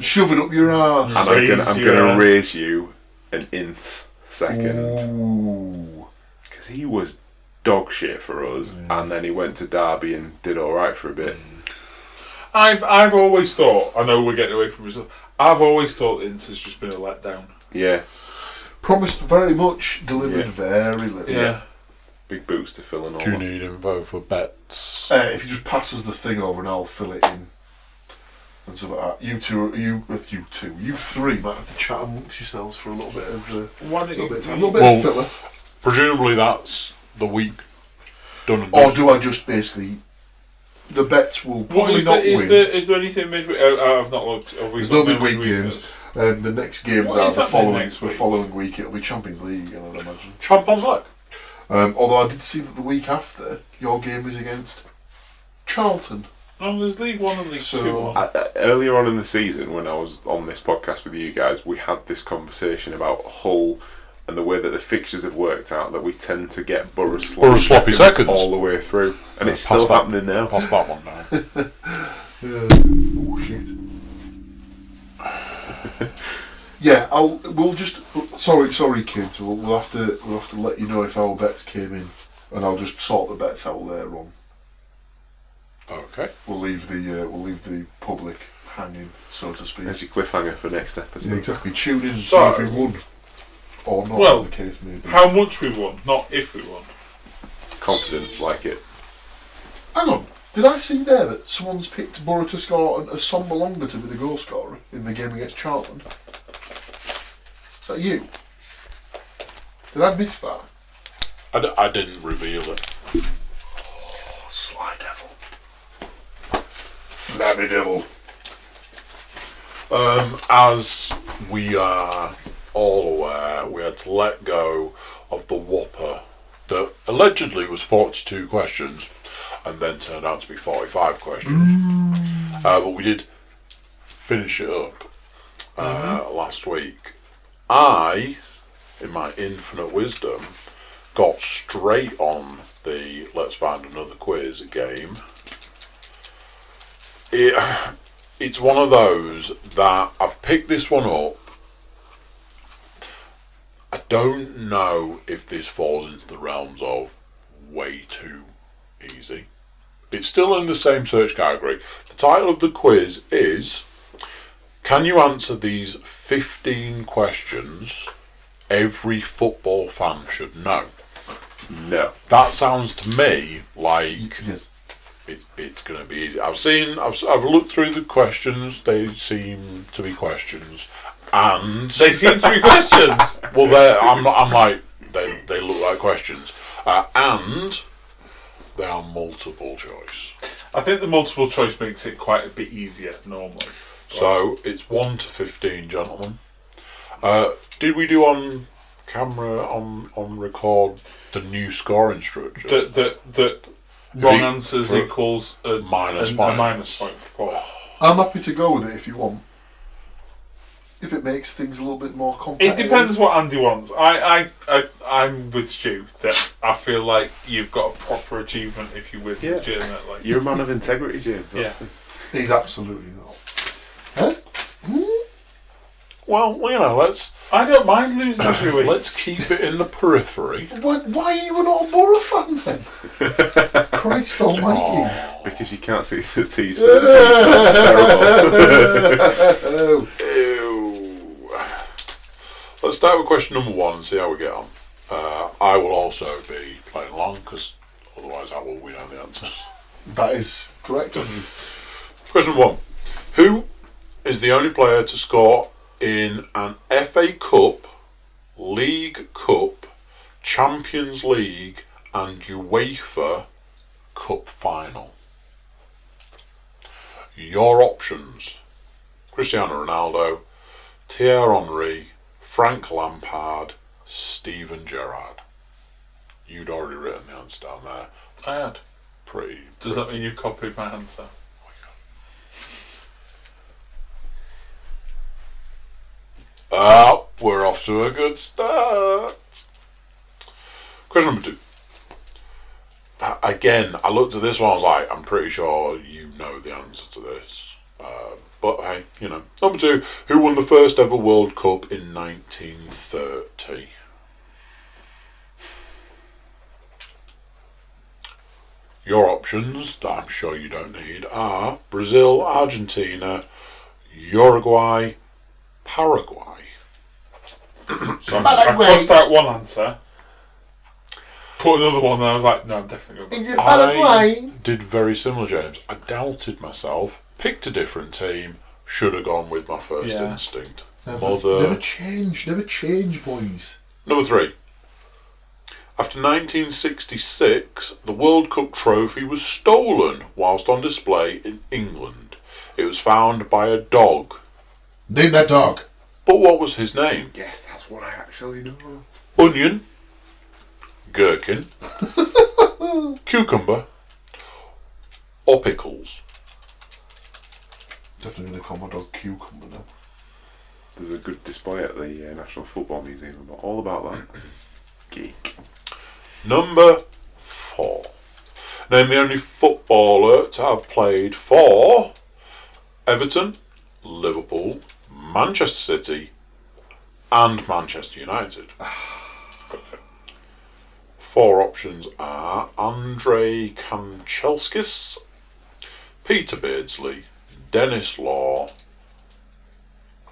Shove it up your ass.
And I'm going to I'm
Raise your
gonna
ass.
raise you an inch second.
Ooh.
Because he was dog shit for us, and then he went to Derby and did alright for a bit.
I've I've always thought. I know we're getting away from results. I've always thought Ince has just been a letdown.
Yeah,
Promised very much, delivered
Yeah.
very little.
big boots to fill and all.
Do you
that.
need info for bets?
Uh, if he just passes the thing over and I'll fill it in. And so that. You two, you, uh, you two, you three might have to chat amongst yourselves for a little bit of, uh,
Why don't
little
you
bit, a little bit
Well,
of filler.
Presumably that's the week done and
Or
dusted.
Oh, do I just basically. The bets will
What
probably
is
not
there, is
win.
there is there anything midweek? Oh, oh, I've not looked. Have we
There's no
looked at
midweek games. Um, the next games
What
are
is
the
happening
following,
next
the
week?
following week. It'll be Champions League, I would imagine.
Champions League.
Um, although I did see that the week after, your game is against Charlton.
No, there's League One and League
So-
Two. on.
I- I- Uh, earlier on in the season, when I was on this podcast with you guys, we had this conversation about Hull and the way that the fixtures have worked out that we tend to get Borough's sloppy,
Borough's sloppy seconds.
all the way through, and it's
pass
still
that.
happening now.
Pass that one now.
Uh, oh shit. yeah, I'll. We'll just. Sorry, sorry, kids. We'll, we'll have to. We'll have to let you know if our bets came in, and I'll just sort the bets out later on.
<laughs> okay.
We'll leave the. Uh, we'll leave the public hanging, so to speak.
There's your cliffhanger for next
Yeah,
episode.
exactly. Tune in and
So-
see if we won or not,
Well,
as the case may be.
How much we won, not if we won.
Confident, like it.
Hang on. Did I see there that someone's picked Borough to score and Assomba Longer to be the goal scorer in the game against Charlton? Is that you? Did I miss that?
I, d- I didn't reveal it.
Oh, sly devil. Slammy devil.
Um, as we are all aware, we had to let go of the Whopper that allegedly was 42 questions and then turned out to be 45 questions. Uh, but we did finish it up uh, last week. I, in my infinite wisdom, got straight on the Let's Find Another Quiz game. It, it's one of those that I've picked this one up. I don't know if this falls into the realms of way too easy. It's still in the same search category. The title of the quiz is Can you answer these 15 questions every football fan should know?
No.
That sounds to me like
Yes.
it, it's going to be easy. I've seen, I've, s- I've looked through the questions. They seem to be questions, and
They seem to be <laughs> questions.
well, they I'm, I'm like they, they look like questions, uh, and they are multiple choice.
I think the multiple choice makes it quite a bit easier normally.
So it's one to fifteen, gentlemen. Uh, did we do on camera on on record the new scoring structure?
That that that wrong
The-
answers
for-
equals a
Minus
a, a
minus.
minus point for Paul.
I'm happy to go with it if you want. If it makes things a little bit more
It
competitive.
depends what Andy wants. I, I, I, I'm with Stu that I feel like you've got a proper achievement if you win
Yeah.
legitimately.
You're a man of integrity, James. That's
Yeah.
the,
He's absolutely not. Huh?
Well, you know, let's
I don't mind losing every
<coughs>
week.
let's keep it in the periphery.
Why, why are you an old Borough fan then? <laughs> Christ almighty.
Because you can't see the tees for the tees. That's terrible.
Ew. Let's start with question number one and see how we get on. Uh, I will also be playing along because otherwise I will we know the answers.
That is correct of you.
Question one: Who is the only player to score in an FA Cup, League Cup, Champions League, and UEFA Cup final? Your options: Cristiano Ronaldo, Thierry Henry, Frank Lampard, Steven Gerrard. You'd already written the answer down there.
I had.
Pretty.
Does that mean you've copied my answer?
Ah, we're off to a good start. Question number two. A- Again, I looked at this one. I was like, I'm pretty sure you know the answer to this. Uh, but hey, you know. Number two. Who won the first ever World Cup in 1930? Your options that I'm sure you don't need are Brazil, Argentina, Uruguay, Paraguay.
So I, I crossed out one answer, put another one, and I was like, no, I'm definitely going.
Is it
I did very similar, James. I doubted myself, picked a different team, should have gone with my first
Yeah.
instinct.
Never,
Mother.
never change, never change, boys.
Number three. After 1966, the World Cup trophy was stolen whilst on display in England. It was found by a dog.
Name that dog.
But what was his name?
Yes, that's what I actually know.
Onion, gherkin, cucumber, or pickles?
Definitely gonna call my dog Cucumber now.
There's a good display at the uh, National Football Museum about all about that. Geek.
Number four. Name the only footballer to have played for Everton, Liverpool, Manchester City, and Manchester United. <sighs> Four options are Andre Kanchelskis, Peter Beardsley, Dennis Law,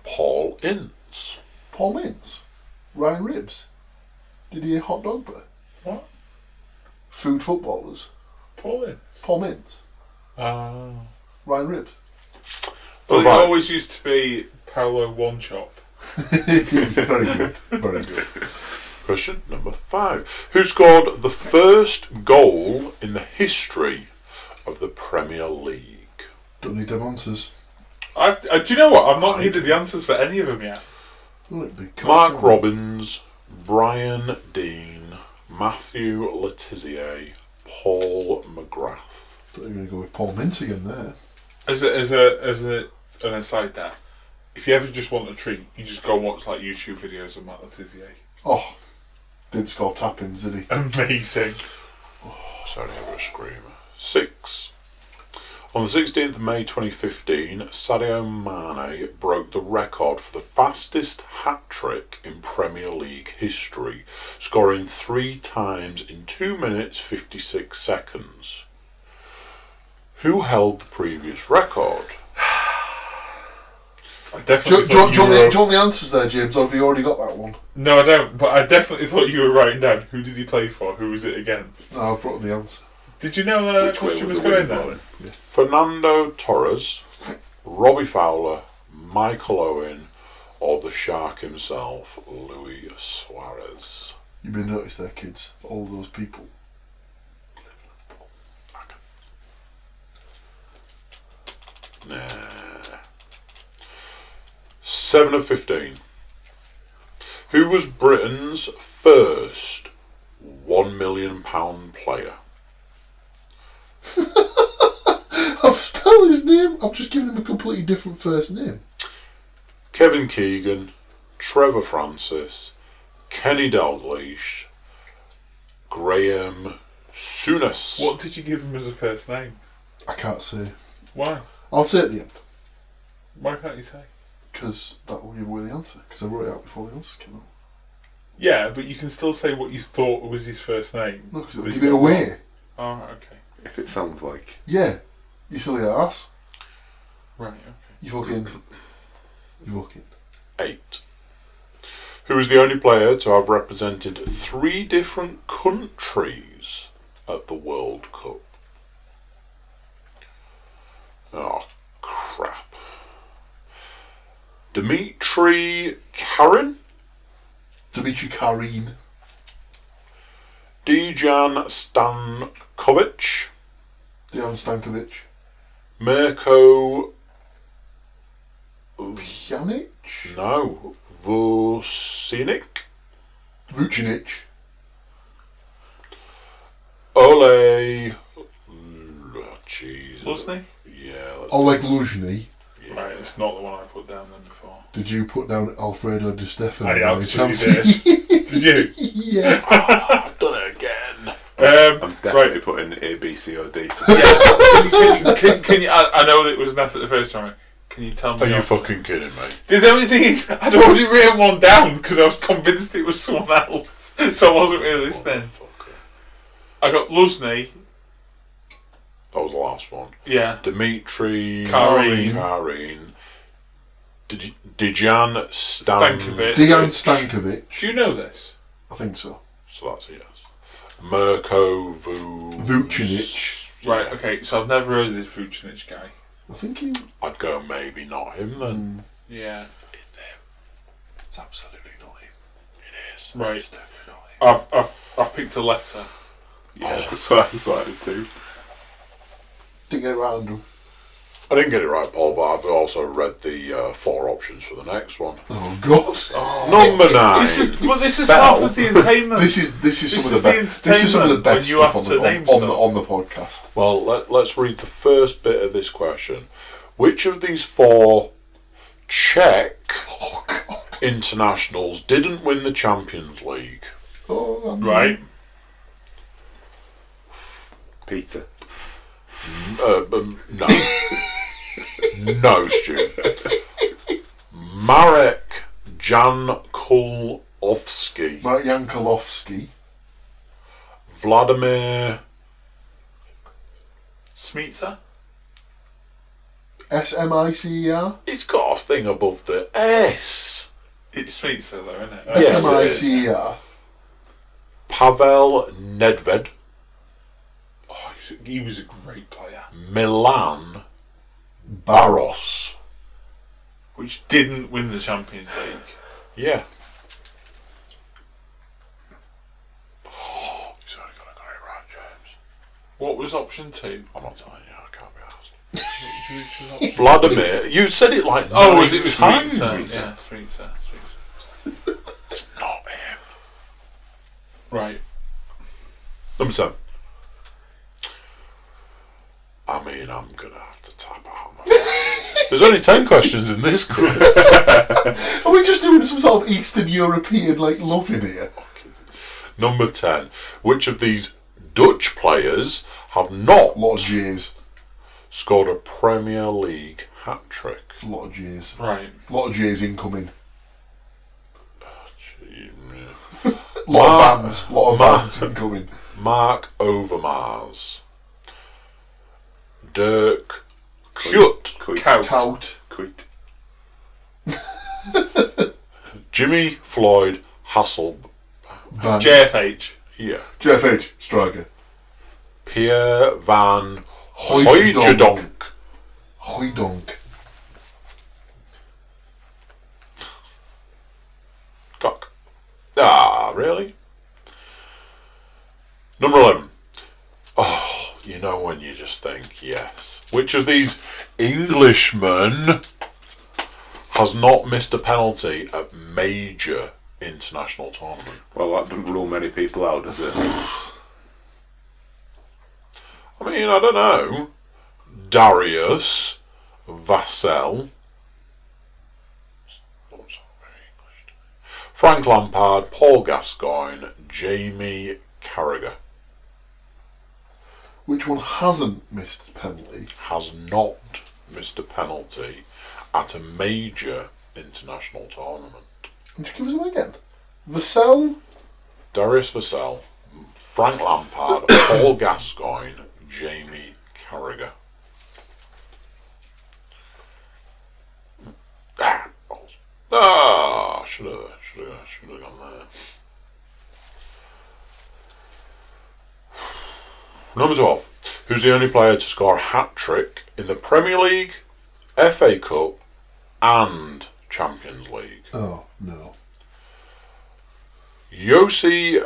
Paul Ince.
Paul Mintz. Ryan Ribs. Did he hear hot dog boy?
What?
Food footballers.
Pauline.
Paul Mintz.
Oh.
Ryan Ribs.
Well, it
Right.
always used to be Paolo One Chop.
Very good. Very good.
Question number five. Who scored the first goal in the history of the Premier League?
Don't need them answers.
I've, uh, do you know what? I've not needed the answers for any of them yet.
Wouldn't it be cool?
Mark Robbins, Brian Dean, Matthew Letizier, Paul McGrath.
Thought you were gonna go with Paul Mintz again there.
As a, as a as a an aside, there. If you ever just want a treat, you just go and watch like YouTube videos of Matt Letizier.
Oh, didn't score tap ins, did he?
<laughs> Amazing.
Sorry, I was a screamer. Six. On the 16th of May 2015, Sadio Mane broke the record for the fastest hat trick in Premier League history, scoring three times in 2 minutes 56 seconds. Who held the previous record?
I
Do,
definitely
you- do, you-
thought
do, you
you
want the,
were-
do you want the answers there, James, or have you already got that one?
No, I don't. But I definitely thought you were writing down who did he play for, who was it against.
No, I've got the answer.
Did you know uh,
Which way
question
was
was
the
going
wind
there?
blowing? Fernando Torres, Robbie Fowler, Michael Owen, or the shark himself, Luis Suarez?
You may notice there, kids, all those people.
Nah. 7 of 15. Who was Britain's first £1 million player?
I've spelled his name, I've just given him a completely different first name.
Kevin Keegan, Trevor Francis, Kenny Dalglish, Graham Souness.
What did you give him as a first name?
I can't say.
Why?
I'll say at the end.
Why can't you say?
because that will give away the answer. Because I wrote it out before the answers came out.
Yeah, but you can still say what you thought was his first name.
No, because it'll give it away.
Oh, okay.
If it sounds like
Yeah, you silly ass.
Right, okay.
You fucking.
<laughs>
You fucking.
Eight. Who is the only player to have represented three different countries at the World Cup? Oh, crap. Dimitri Karin,
Dimitri Karim.
Dejan Stankovic,
Dejan Stankovic.
Mirko
Pjanic.
No. Vucinic.
Vucinic.
Ole. Oh, Jesus.
Lusny?
Yeah. Let's,
Oleg Luzhny.
Right, it's not the one I put down then before.
Did you put down Alfredo Di Stefano?
I
by any chance?
absolutely
<laughs>
did. Did you?
<laughs> yeah.
I've done it again.
Um,
<laughs>
I'm definitely
Right.
putting A, B, C, or D. <laughs>
can, can, can you, I, I know that it was Nat at the first time. Can you tell me?
Are you
off?
fucking kidding me?
The only thing is, I'd already written one down because I was convinced it was someone else, <laughs> so I wasn't really listening.
Fucker.
I got Lusney.
That was the last one.
Yeah.
Dimitri.
Karin.
Karin. Did- Dijan Stan.
Stankovic.
Dejan Stankovic.
Do you know this?
I think so.
So that's a yes. Mirko Vu.
Vucinic.
Right. Okay. So I've never heard of this Vucinic guy.
I think he.
I'd go maybe not him then.
Yeah.
It's absolutely not him. It is.
Right.
It's definitely not him.
I've I've I've picked a letter.
Yeah, that's what, that's what I did too.
Didn't get it right under him.
I didn't get it right, Paul, but I've also read the uh, four options for the next one.
Oh God.
Number nine.
This is well. This is
Spell.
half of the
<laughs>
entertainment.
This is this is
This
some
is
of the,
the
best. This is some of the
entertainment when
best
you
stuff
have
on
to
the, on,
name
on the
stuff.
on the podcast.
Well, let, let's read the first bit of this question. Which of these four Czech
Oh God.
internationals didn't win the Champions League?
Oh, I'm-
right.
Peter.
Uh, um, no. <laughs> no, Stu. Marek Jankulovsky.
Mark Yankolovsky.
Vladimir
Smeater.
S M I C E R.
It's got a thing above the S.
It's Smeater though, isn't it?
Yes,
S M I
it is.
C E R.
Pavel Nedved,
Oh, he was- he was a great player,
Milan Baros.
which didn't win the Champions League.
Yeah. Oh, he's only gonna get it right, James.
What was option two?
I'm not telling you, I can't be asked.
Which was option-
Vladimir, you said it like
Oh,
nine
was it was
times.
Smeater? Yeah, Smeater. Smeater.
It's not him.
Right.
Number seven. I mean, I'm gonna have to tap out. my- <laughs> There's only ten questions in this quiz. <laughs>
Are we just doing some sort of Eastern European like love in here?
Number 10. Which of these Dutch players have not
A lot of J's.
scored a Premier League hat trick?
A lot of J's.
Right.
A lot of J's incoming. A lot
Ma-
of vans. A lot of
Ma-
vans incoming.
Mark Overmars. Dirk Kuyt.
Quit.
Cow.
Tout.
Quit.
Jimmy Floyd Hassel.
Ban.
JFH.
Yeah.
Jeff Edge. Striker.
Pierre Van
Hooijdonk.
Hooijdonk.
Huidonk.
Cock. Ah, really? Number 11. Oh, you know when you just think, yes. Which of these Englishmen has not missed a penalty at major international tournament?
Well, that doesn't rule many people out, does it?
I mean, I don't know. Darius Vassell. Frank Lampard, Paul Gascoigne, Jamie Carragher.
Which one hasn't missed the penalty?
has not missed a penalty at a major international tournament.
Did you give us one again? Vassell?
Darius Vassell, Frank Lampard, <coughs> Paul Gascoigne, Jamie Carragher. Ah, balls. Ah, should have, should have, should have gone there. Number 12. Who's the only player to score a hat trick in the Premier League, FA Cup, and Champions League?
Oh, no.
Yossi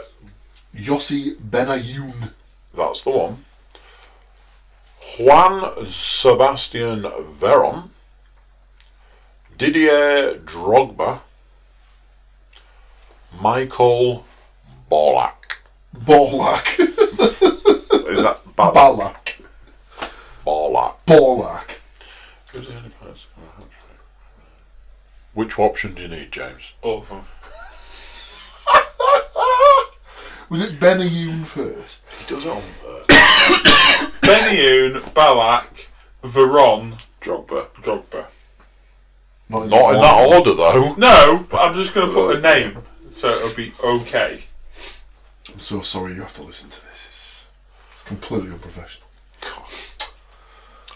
Yossi Benayoun.
That's the one. Juan Sebastian Veron, Didier Drogba, Michael Borlak.
<laughs> Borlak.
Is that bad?
Balak.
Borlak.
Borlak.
Which option do you need, James?
Awful.
Was it Benayoun first?
He does it on
Benioun, Balak, Veron,
Drogba.
Drogba.
Not in,
Not in that order, though.
No, but I'm just going to put a name so it'll be okay.
I'm so sorry you have to listen to this. It's, it's completely unprofessional.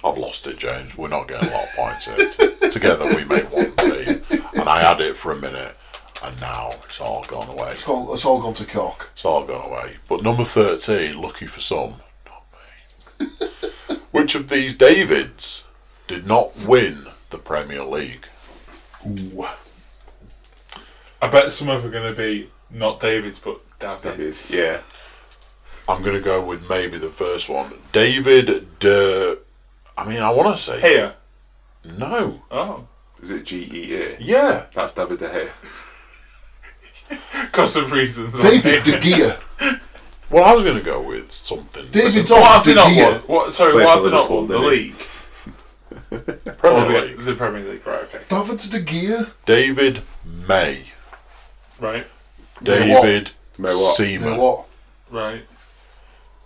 I've lost it, James. We're not getting a lot of points here. Together we make one team. And I had it for a minute, and now it's all gone away.
It's all, it's all gone to
<laughs>
cock.
It's all gone away. But number 13, lucky for some, <laughs> not me. Which of these Davids did not win the Premier League?
Ooh.
I bet some of them are going to be not David's but David's.
That is, yeah.
I'm going to go with maybe the first one. David de. I mean, I want to say.
Here.
No.
Oh.
Is it G E A?
Yeah.
That's David De Gea.
Because of reasons. I
David
think.
De Gea.
Well, I was going to go with something.
David's
What
on
have
De
they not won?
Gea.
What, sorry,
Played
what
for
have they not
Liverpool,
won? The
didn't he?
league.
<laughs>
Or
Premier
the,
League.
the Premier League, right, okay.
David's De Gea.
David May.
Right,
David
May what?
You
Seaman.
know what?
right.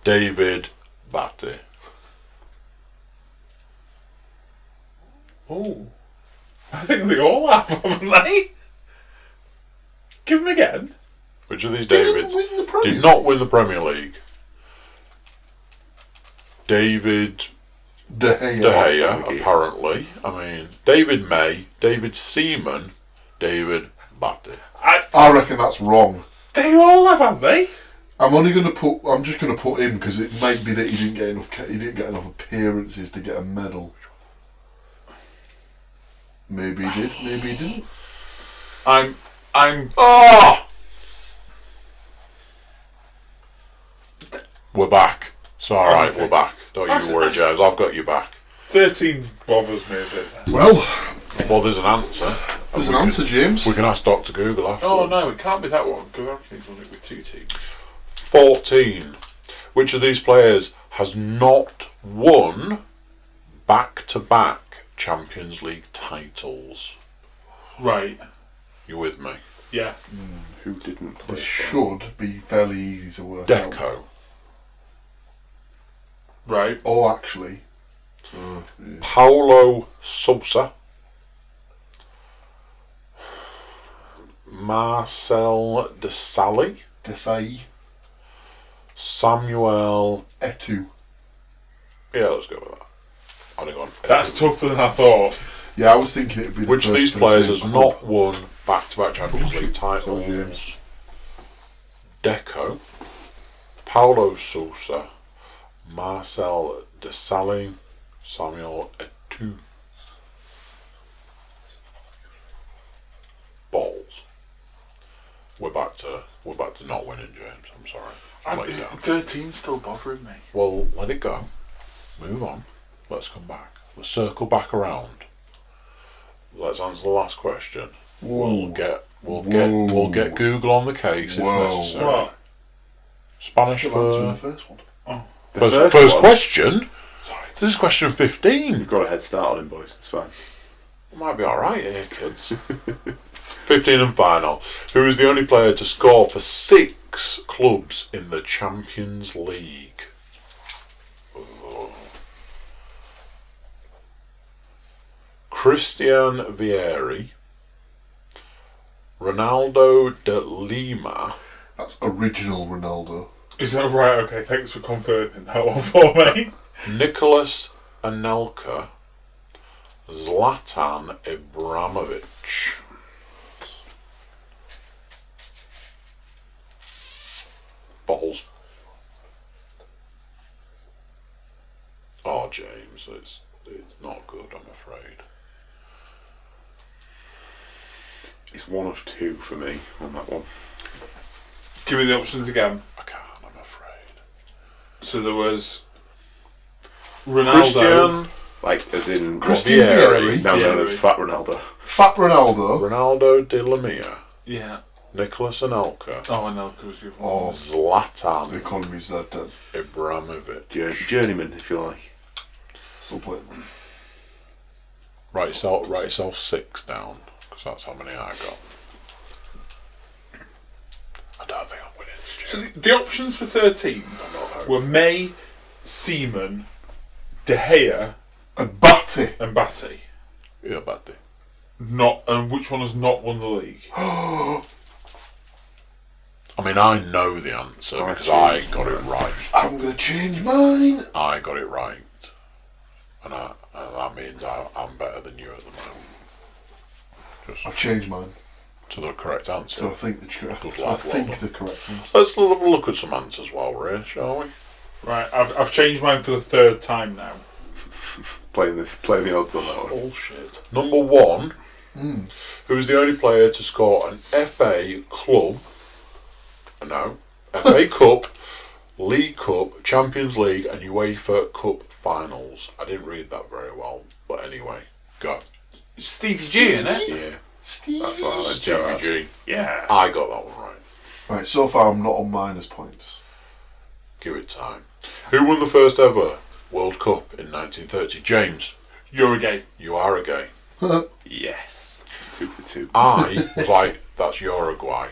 David Batty.
Oh. I think they all have, haven't they? Give them again.
Which of these
Didn't
Davids
win the Premier
did not win the Premier League? David
De Gea.
De Gea, apparently. I mean, David May, David Seaman, David Batty.
I,
I reckon that's wrong.
they all have, haven't they?
I'm only going to put. I'm just going to put him because it might be that he didn't get enough. ca- He didn't get enough appearances to get a medal. Maybe he did. Maybe he didn't.
I'm. I'm. oh,
Ah! We're back. It's all right, we're back. Don't
That's-
you worry, James. I've got you back.
13 bothers me a bit.
Well,
Well, there's an answer.
there's an answer, James.
We can ask Dr. Google afterwards.
Oh, no, it can't be that one, because Anthony's won it with two teams.
14. Which of these players has not won back to back Champions League titles?
Right,
You with me?
yeah.
Who didn't play?
This should be fairly easy to work out.
Deco.
Right,
Oh, actually,
Paulo Sousa. Marcel Desailly.
Desai,
Samuel.
Etu.
Yeah, let's go with that. I didn't go on.
that's tougher than I thought.
Yeah, I was thinking it'd be the
Which of
first
these
person.
players has not won back to back Champions League titles?
James.
Deco, Paulo Sousa, Marcel Desailly, Samuel Etu. Balls. We're back to we're back to not winning, James. I'm sorry. I'll let you down.
13 still bothering me.
Well, let it go. Move on. Let's come back. Let's circle back around. Let's answer the last question. We'll get we'll get we'll get Google on the case
Whoa.
if necessary.
What?
Spanish
Still answering the
for
first one.
The
first,
first
first,
one.
question.
Sorry.
This is question fifteen.
You've got a head start on him, boys. It's fine.
Might be all right here, kids. <laughs> fifteen and final. Who is the only player to score for six clubs in the Champions League? Christian Vieri, Ronaldo de Lima.
That's original Ronaldo.
Is that right? Okay, thanks for confirming that one for me.
Nicholas Anelka, Zlatan Ibrahimovic. Balls. Oh, James, it's it's not good. I'm afraid.
It's one of two for me on that one.
Give me the options again.
I can't. I'm afraid.
So there was Ronaldo.
Christian,
Like, as in.
Christian
what-
Vieri.
No, no,
Vieri.
there's Fat Ronaldo.
Fat Ronaldo.
Ronaldo de Lamia,
Yeah.
Nicholas Anelka,
Oh, Anelka was the other one.
Oh, the
Zlatan
economy's that uh, dead.
Ibrahimovic.
Jour- Journeyman, if you like.
Still playing.
Write yourself, write yourself six down, because that's how many I got. I don't think I'm winning this
So
Stu.
the, the options for
I'm
13
not hoping.
were May, Seaman, De Gea,
And Batty.
and Batty.
Yeah, Batty.
Not and which one has not won the league?
I mean, I know the answer
I
because I
changed
got it right.
I'm going to change mine.
I got it right. And, I, and that means I, I'm better than you at the moment.
I've changed mine.
To the correct answer.
So I think the correct.
Good
I
luck,
think
well
the correct ones.
Let's have a look at some answers while we're here, shall we?
Right, I've, I've changed mine for the third time now.
Playing, this, playing the odds on that one.
Bullshit. Number one, who is the only player to score an FA Club, no, FA Cup, League Cup, Champions League, and UEFA Cup finals. I didn't read that very well, but anyway, go.
Stevie G, in it?
Yeah,
Steve.
That's why I like
Stevie
Gerrard.
G.
Yeah.
I got that one right.
Right, so far I'm not on minus points.
Give it time. Who won the first ever World Cup in 1930? James,
You're a gay.
you are a gay.
Yes. It's two for two.
I was like, that's Uruguay.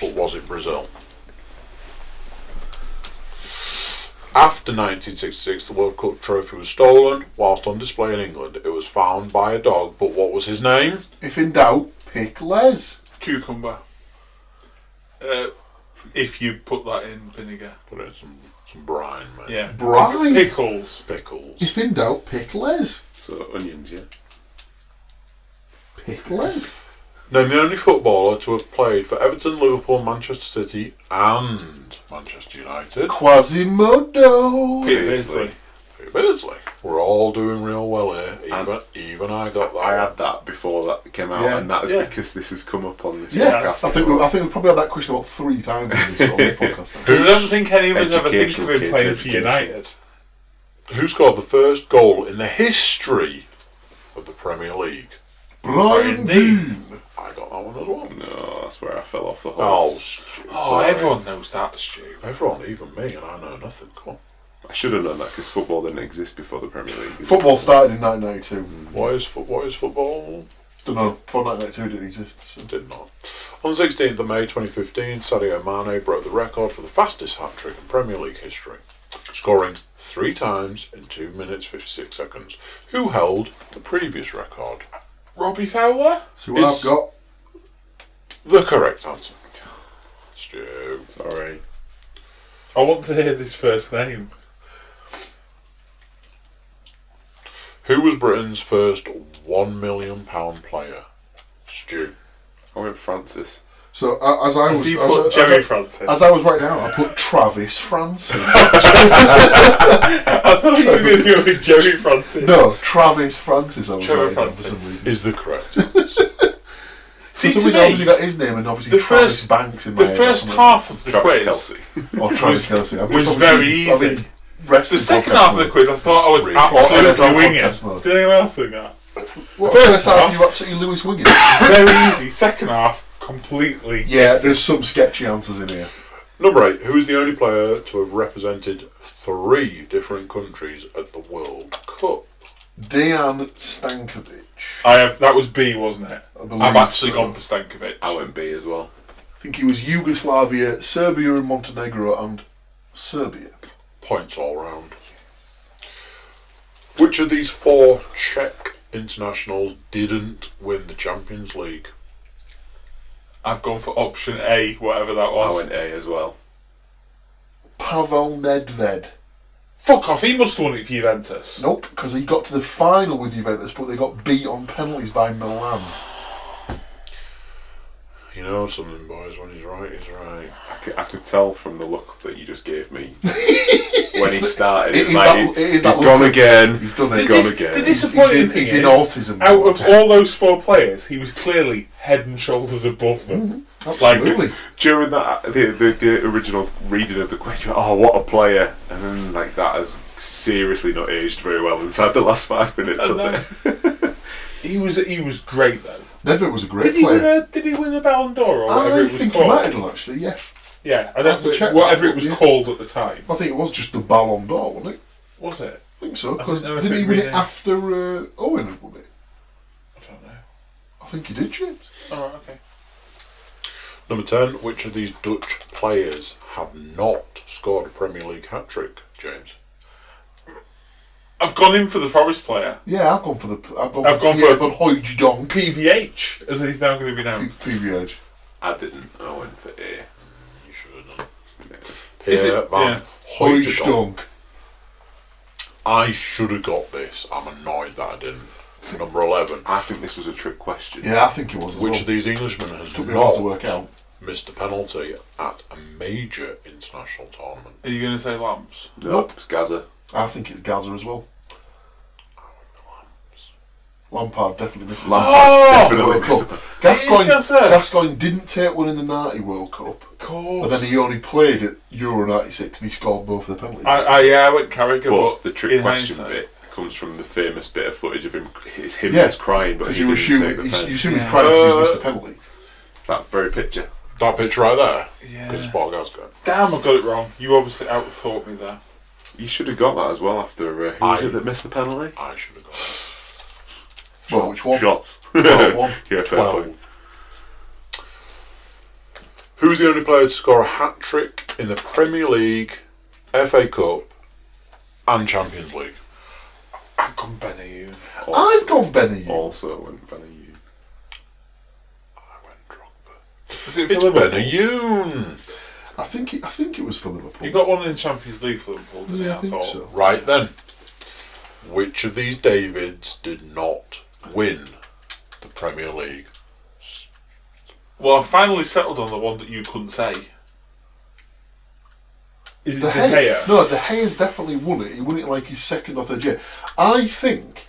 But was it Brazil? After 1966, the World Cup trophy was stolen. Whilst on display in England, it was found by a dog, but what was his name?
If in doubt, pick Les.
Cucumber. Uh, if you put that in vinegar.
Put it in some, some brine, man.
Yeah.
Brine.
Pickles.
Pickles.
If in doubt, pick Les.
So, onions, yeah.
Pick Les.
Name the only footballer to have played for Everton, Liverpool, Manchester City, and Manchester United.
Quasimodo.
Peter
Beardsley.
Beardsley.
Hey, Beardsley. We're all doing real well here. Even,
And-
even I got that.
I had that before that came out,
Yeah.
and that is
Yeah.
because this has come up on this
Yeah,
podcast.
I think we, I think we've probably had that question about three times in this on the
I
podcast.
don't think any of us ever think of
Educational
him
kids,
playing for
educational.
United.
Who scored the first goal in the history of the Premier League?
Brian Dean.
I got that one as well.
No, that's where I fell off the
Oh,
horse.
stupid.
Oh,
Sorry.
everyone knows that, Stu.
Everyone, even me, and I know nothing. Come
I should have known that because football didn't exist before the Premier League.
Oh. Football
So-
started in 1992.
on. Why is, foot, why is football?
Don't know. Before 1992, it didn't exist. So.
Did not. On the 16th of May 2015, Sadio Mane broke the record for the fastest hat trick in Premier League history, scoring three times in 2 minutes 56 seconds. Who held the previous record?
Robbie Fowler?
See what
Is-
I've got.
The correct answer. Stu.
Sorry.
I want to hear this first name.
Who was Britain's first one million pound player? Stu.
I went Francis.
So uh, as I
Has
was,
he
as,
put
I- as
Jerry
I-
Francis?
as I was right now, I put Travis Francis.
I thought you were going to go with Jerry Francis.
<laughs> no, Travis Francis. I was
Trevor
right now for
Francis.
some reason.
Is the correct answer.
See,
for some
to
reason, I obviously
me,
got his name and obviously
the
Travis
first-
Banks in my
the
head or
first
something.
half of the
Travis
quiz.
Kelsey.
or Travis Kelsey. I'm
was
just
very
obviously- I
easy.
mean, rest
The
in
second
podcast
half of the
mode.
quiz, I thought I was
Really?
Or
absolutely
podcast
winging.
mode.
Did anyone else think that?
What,
first
first, half,
half-
you were absolutely Lewis Wiggins.
<laughs> Very easy. Second half, completely.
yeah, there's some sketchy answers in here.
Number eight. Who is the only player to have represented three different countries at the World Cup?
Dejan Stankovic.
I have. That was B, wasn't it?
I believe
I've actually
so.
gone for Stankovic.
I went B as well.
I think he was Yugoslavia, Serbia, and Montenegro, and Serbia.
Points all round. Which of these four Czech internationals didn't win the Champions League.
I've gone for option A, whatever that
I
was.
went A as well.
Pavel Nedved.
Fuck off, he must have won it for Juventus.
Nope, because he got to the final with Juventus, but they got beat on penalties by Milan.
You know something, boys. When he's right, he's right.
I c- I could tell from the look that you just gave me
<laughs>
when he started.
it
It
is
like,
that- it is that
he's gone
look of-
again.
he's done it.
He's
The
gone
dis-
again.
the
He's,
dis-
he's in,
Disappointing
he's
thing
in
is,
autism.
Out of all those four players, he was clearly head and shoulders above
Mm-hmm.
them.
Absolutely.
<laughs> During that, the, the the original reading of the question, oh, what a player! And then like that has seriously not aged very well inside the last five minutes.
Oh,
And
Has
then-
it?
He was he was great though.
Nedved was a great
Did he win
player.
a Did he win a Ballon d'Or or whatever
I
it was
think he might
called?
have done, actually, yeah.
Yeah, I
I'll
don't
have to check
think,
that,
whatever it was
yeah.
called at the time.
I think it was just the Ballon d'Or, wasn't it?
Was it?
I think so.
I
Because
don't know if
did he
it
win it
really-
after uh, Owen had won it?
I don't know.
I think he did, James.
All right, okay.
Number ten. Which of these Dutch players have not scored a Premier League hat trick, James?
I've gone in for the Forest player.
Yeah, I've gone for the. I've gone,
I've gone
yeah,
for-
I've gone Hoij Dong.
PVH, as he's now going to be known.
PVH.
I didn't. I went for A.
You should have done.
Is it-
Pierre Van
yeah.
Hoij
Hooijdonk.
Dong.
I should have got this. I'm annoyed that I didn't. Number 11.
I think this was a trick question.
Yeah, I think it was. as
Which
well.
of these Englishmen has
Oh. took me a while
not
to work out.
missed a penalty at a major international tournament?
Are you going to say Lamps?
No,
Nope.
it's Gaza.
I think it's Gaza as well. Lampard definitely missed it. Oh,
Lampard definitely
World
missed
Cup.
the-
Gascoigne,
It is Gaza.
Gascoigne didn't take one in the 90 World Cup,
Of course.
but then he only played at Euro 96 and he scored both of the penalties.
I, I, yeah, I went Carragher,
But
but,
the trick
in
question
hindsight-
bit comes from the famous bit of footage of him. It's him
Yeah,
that's crying, but
Because
he
you
didn't
assume,
take the
he's-
pen.
you assume he's
Yeah.
crying because
Uh,
he's missed a penalty.
That very picture.
That picture right there?
Yeah.
Because it's Paul Gascoigne.
Damn, I got it wrong. You obviously outthought me there.
You should have got that as well after uh, who was <laughs>
I-
it that missed the penalty?
I should have got that.
Well, which one?
Shots.
Well, one.
yeah, fair
Well.
point.
Who's the only player to score a hat trick in the Premier League, FA Cup, and Champions League?
I've gone Benny. Hume.
Also-
I've gone Benny.
Also went Benny. Hume.
I went Drogba.
Is it for
It's
Liverpool?
Benayoun.
I think it, I think it was for Liverpool.
You got one in Champions League for Liverpool, didn't you?
yeah, I think
thought.
so.
Right then, which of these Davids did not win the Premier League?
Well, I finally settled on the one that you couldn't say. Is it
The
De Gea?
No, De Gea's definitely won it. He won it like his second or third year. I think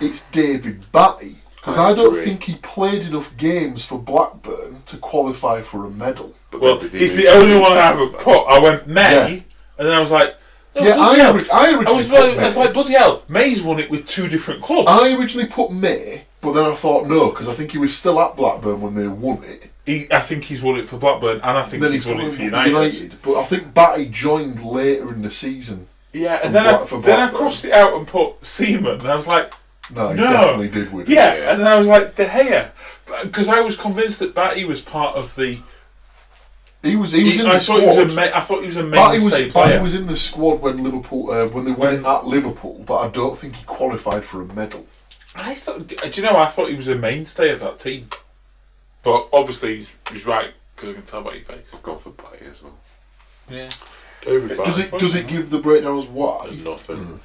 it's David Batty because
I
I, don't
agree.
think he played enough games for Blackburn to qualify for a medal.
But
Well,
then did he
he's the
lose?
only one I haven't put. I went May,
Yeah.
and then I was like, no,
yeah,
bloody
I,
hell.
ori- I
I
originally
was,
put
like, I was
May.
like, bloody hell, May's won it with two different clubs.
I originally put May, but then I thought no because I think he was still at Blackburn when they won it.
he, I think he's won it for Blackburn, and I think
And then
he's
he
won it for United.
United. but I think Batty joined later in the season.
Yeah,
For
and then, I,
Black- for
then I
Blackburn.
crossed it out and put Seaman, and I was like,
No, he
No.
definitely did win. it.
yeah, and then I was like, De Gea. Because I was convinced that Batty was part of the.
he was. He was in
I,
the
thought
squad.
he was a ma- I thought he was a
Batty
mainstay
was
player.
Batty was in the squad when Liverpool uh, when they went at Liverpool, but I don't think he qualified for a medal.
I thought. Do you know? I thought he was a mainstay of that team, but obviously he's, he's right because I can tell by your face.
I've gone for Batty as well.
Yeah.
David
Does
Batty.
it Mm, does it give the breakdown as why?
Nothing.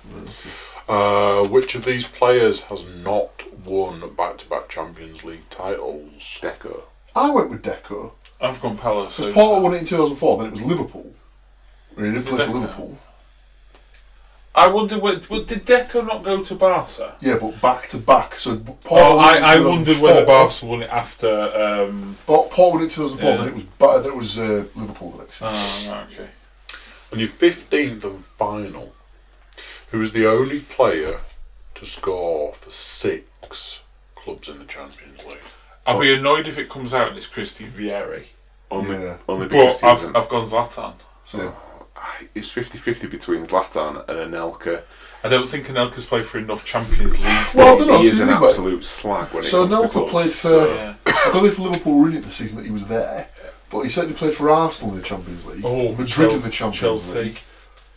Uh, which of these players has not won back-to-back Champions League titles?
Deco.
I went with Deco
I've gone Palo. So
because Porto won it in two thousand four. Then it was Liverpool. He didn't play for
Deco?
Liverpool.
I wonder. What, what, did Deco not go to Barca?
Yeah, but back to back. So Porto.
Oh,
won it in
I, I wondered
2004,
whether Barca won it after. Um,
But Porto won it in two thousand four.
Yeah.
Then it was ba- then it was uh, Liverpool the next. season.
Ah,
oh, right, okay.
And your fifteenth and final. Who is the only player to score for six clubs in the Champions League?
I'll be annoyed if it comes out and it's Christian Vieri.
Only,
Yeah.
only because
But
he was
I've,
an-
I've gone Zlatan.
So
I- it's 50-50 between Zlatan and Anelka.
I don't think Anelka's played for enough Champions League.
Well, I don't know
he
if
is
you
an
think about it.
absolute slag when
So
it comes to
Anelka
clubs.
played for-
so-
Yeah.
I don't know if Liverpool were in it the season that he was there, but he certainly played for Arsenal in the Champions League,
Oh,
Madrid in
Chelsea,
the Champions
Chelsea.
League.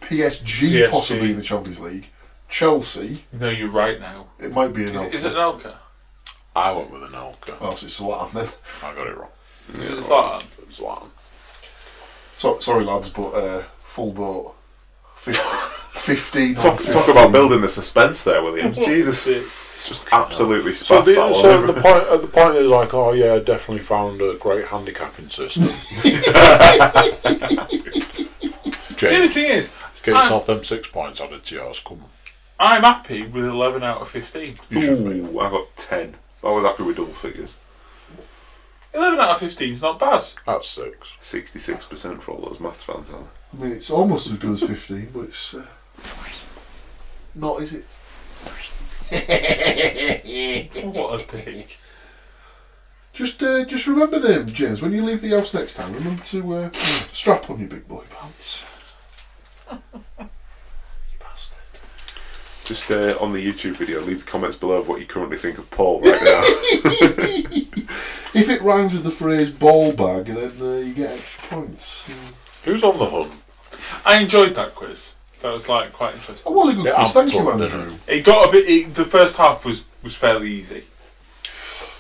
PSG,
PSG.
possibly in the Champions League, Chelsea,
No, you're right now.
it might be an
Is, it-
Elka.
is it an Elka?
I went with an Elka.
Oh, so it's Zlatan then.
I got it wrong.
Is it Zlatan?
It's Zlatan.
So, sorry, lads, but uh, full boat. Fif- 15
Talk,
on
talk
15.
about building the suspense there,
<laughs>
Williams. Jesus, it's just absolutely
So,
spaffed
the,
that all
so
over.
the point at the point is like, oh yeah, definitely found a great handicapping system.
<laughs>
The only
James, uh,
thing is,
get yourself them six points added to yours. Come on,
I'm happy with 11 out of 15.
you should be.
Ooh, I got ten. I was happy with double figures.
11 out of 15 is not bad.
That's six.
Sixty-six percent for all those maths fans. Aren't they?
I mean, it's almost as good as 15, but it's uh, not, is it?
What a pig.
Just uh, just remember them, James. When you leave the house next time, remember to uh, strap on your big boy pants. you bastard.
Just uh, on the YouTube video, leave comments below of what you currently think of Paul right
<laughs>
now.
If it rhymes with the phrase ball bag, then uh, you get extra points.
Who's on the hunt?
I enjoyed that quiz. That was like quite
That
interesting.
was Oh, a good
Yeah,
quiz.
I'm
Thank you,
talking to
Andrew.
you.
It got a bit. It, the first half was was fairly easy.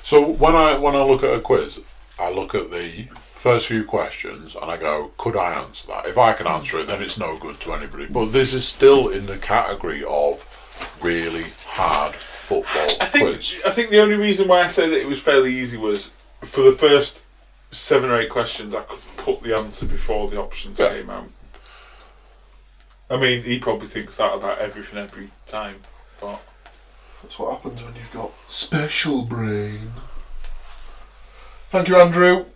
So when I when I look at a quiz, I look at the first few questions and I go, could I answer that? If I can answer it, then it's no good to anybody. But this is still in the category of really hard football
I think
quiz.
I think the only reason why I say that it was fairly easy was for the first seven or eight questions I could put the answer before the options
Yeah.
came out. I mean, he probably thinks that about everything every time, but
That's what happens when you've got special brain. Thank you, Andrew.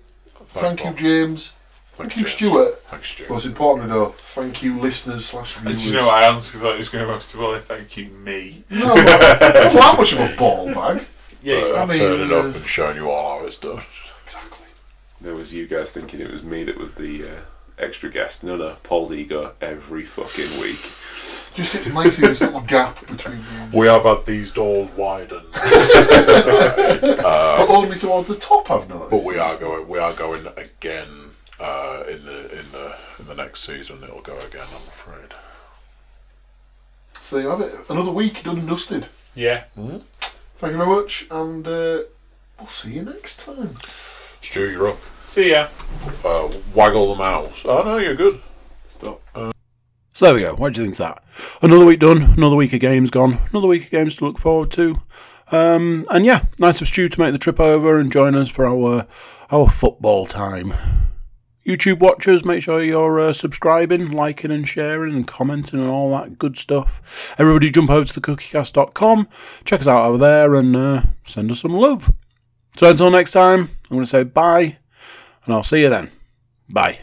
Thank, you,
Bob.
James. Thank, you,
James.
Stuart.
Thanks, Stuart.
Most importantly, though, thank you, listeners slash
do
viewers.
you know I honestly thought it was going to most of all. Thank you, me.
No, I'm not I'm not that much of a ball bag.
So
I
I'm
mean,
turning
uh,
up and showing you all how it's done.
Exactly.
there was you guys thinking it was me that was the uh, extra guest. No, no, Paul's ego every fucking week.
Just sits nicely in this little gap between you.
We have had these doors widened, <laughs>
but only towards the top, I've noticed.
but we are going. We are going again uh, in the in the in the next season. It'll go again. I'm afraid.
So there you have it. Another week done and dusted.
Yeah.
Thank you very much, and uh, we'll see you next time.
Stu, you're up.
See ya.
Uh, waggle the mouse. Oh no, you're good.
Stop.
So there we go. What do you think's that? Another week done. Another week of games gone. Another week of games to look forward to. Um, and yeah, nice of Stu to make the trip over and join us for our our football time. YouTube watchers, make sure you're uh, subscribing, liking, and sharing, and commenting, and all that good stuff. Everybody, jump over to thecookiecast.com, check us out over there, and uh, send us some love. So until next time, I'm going to say bye, and I'll see you then. Bye.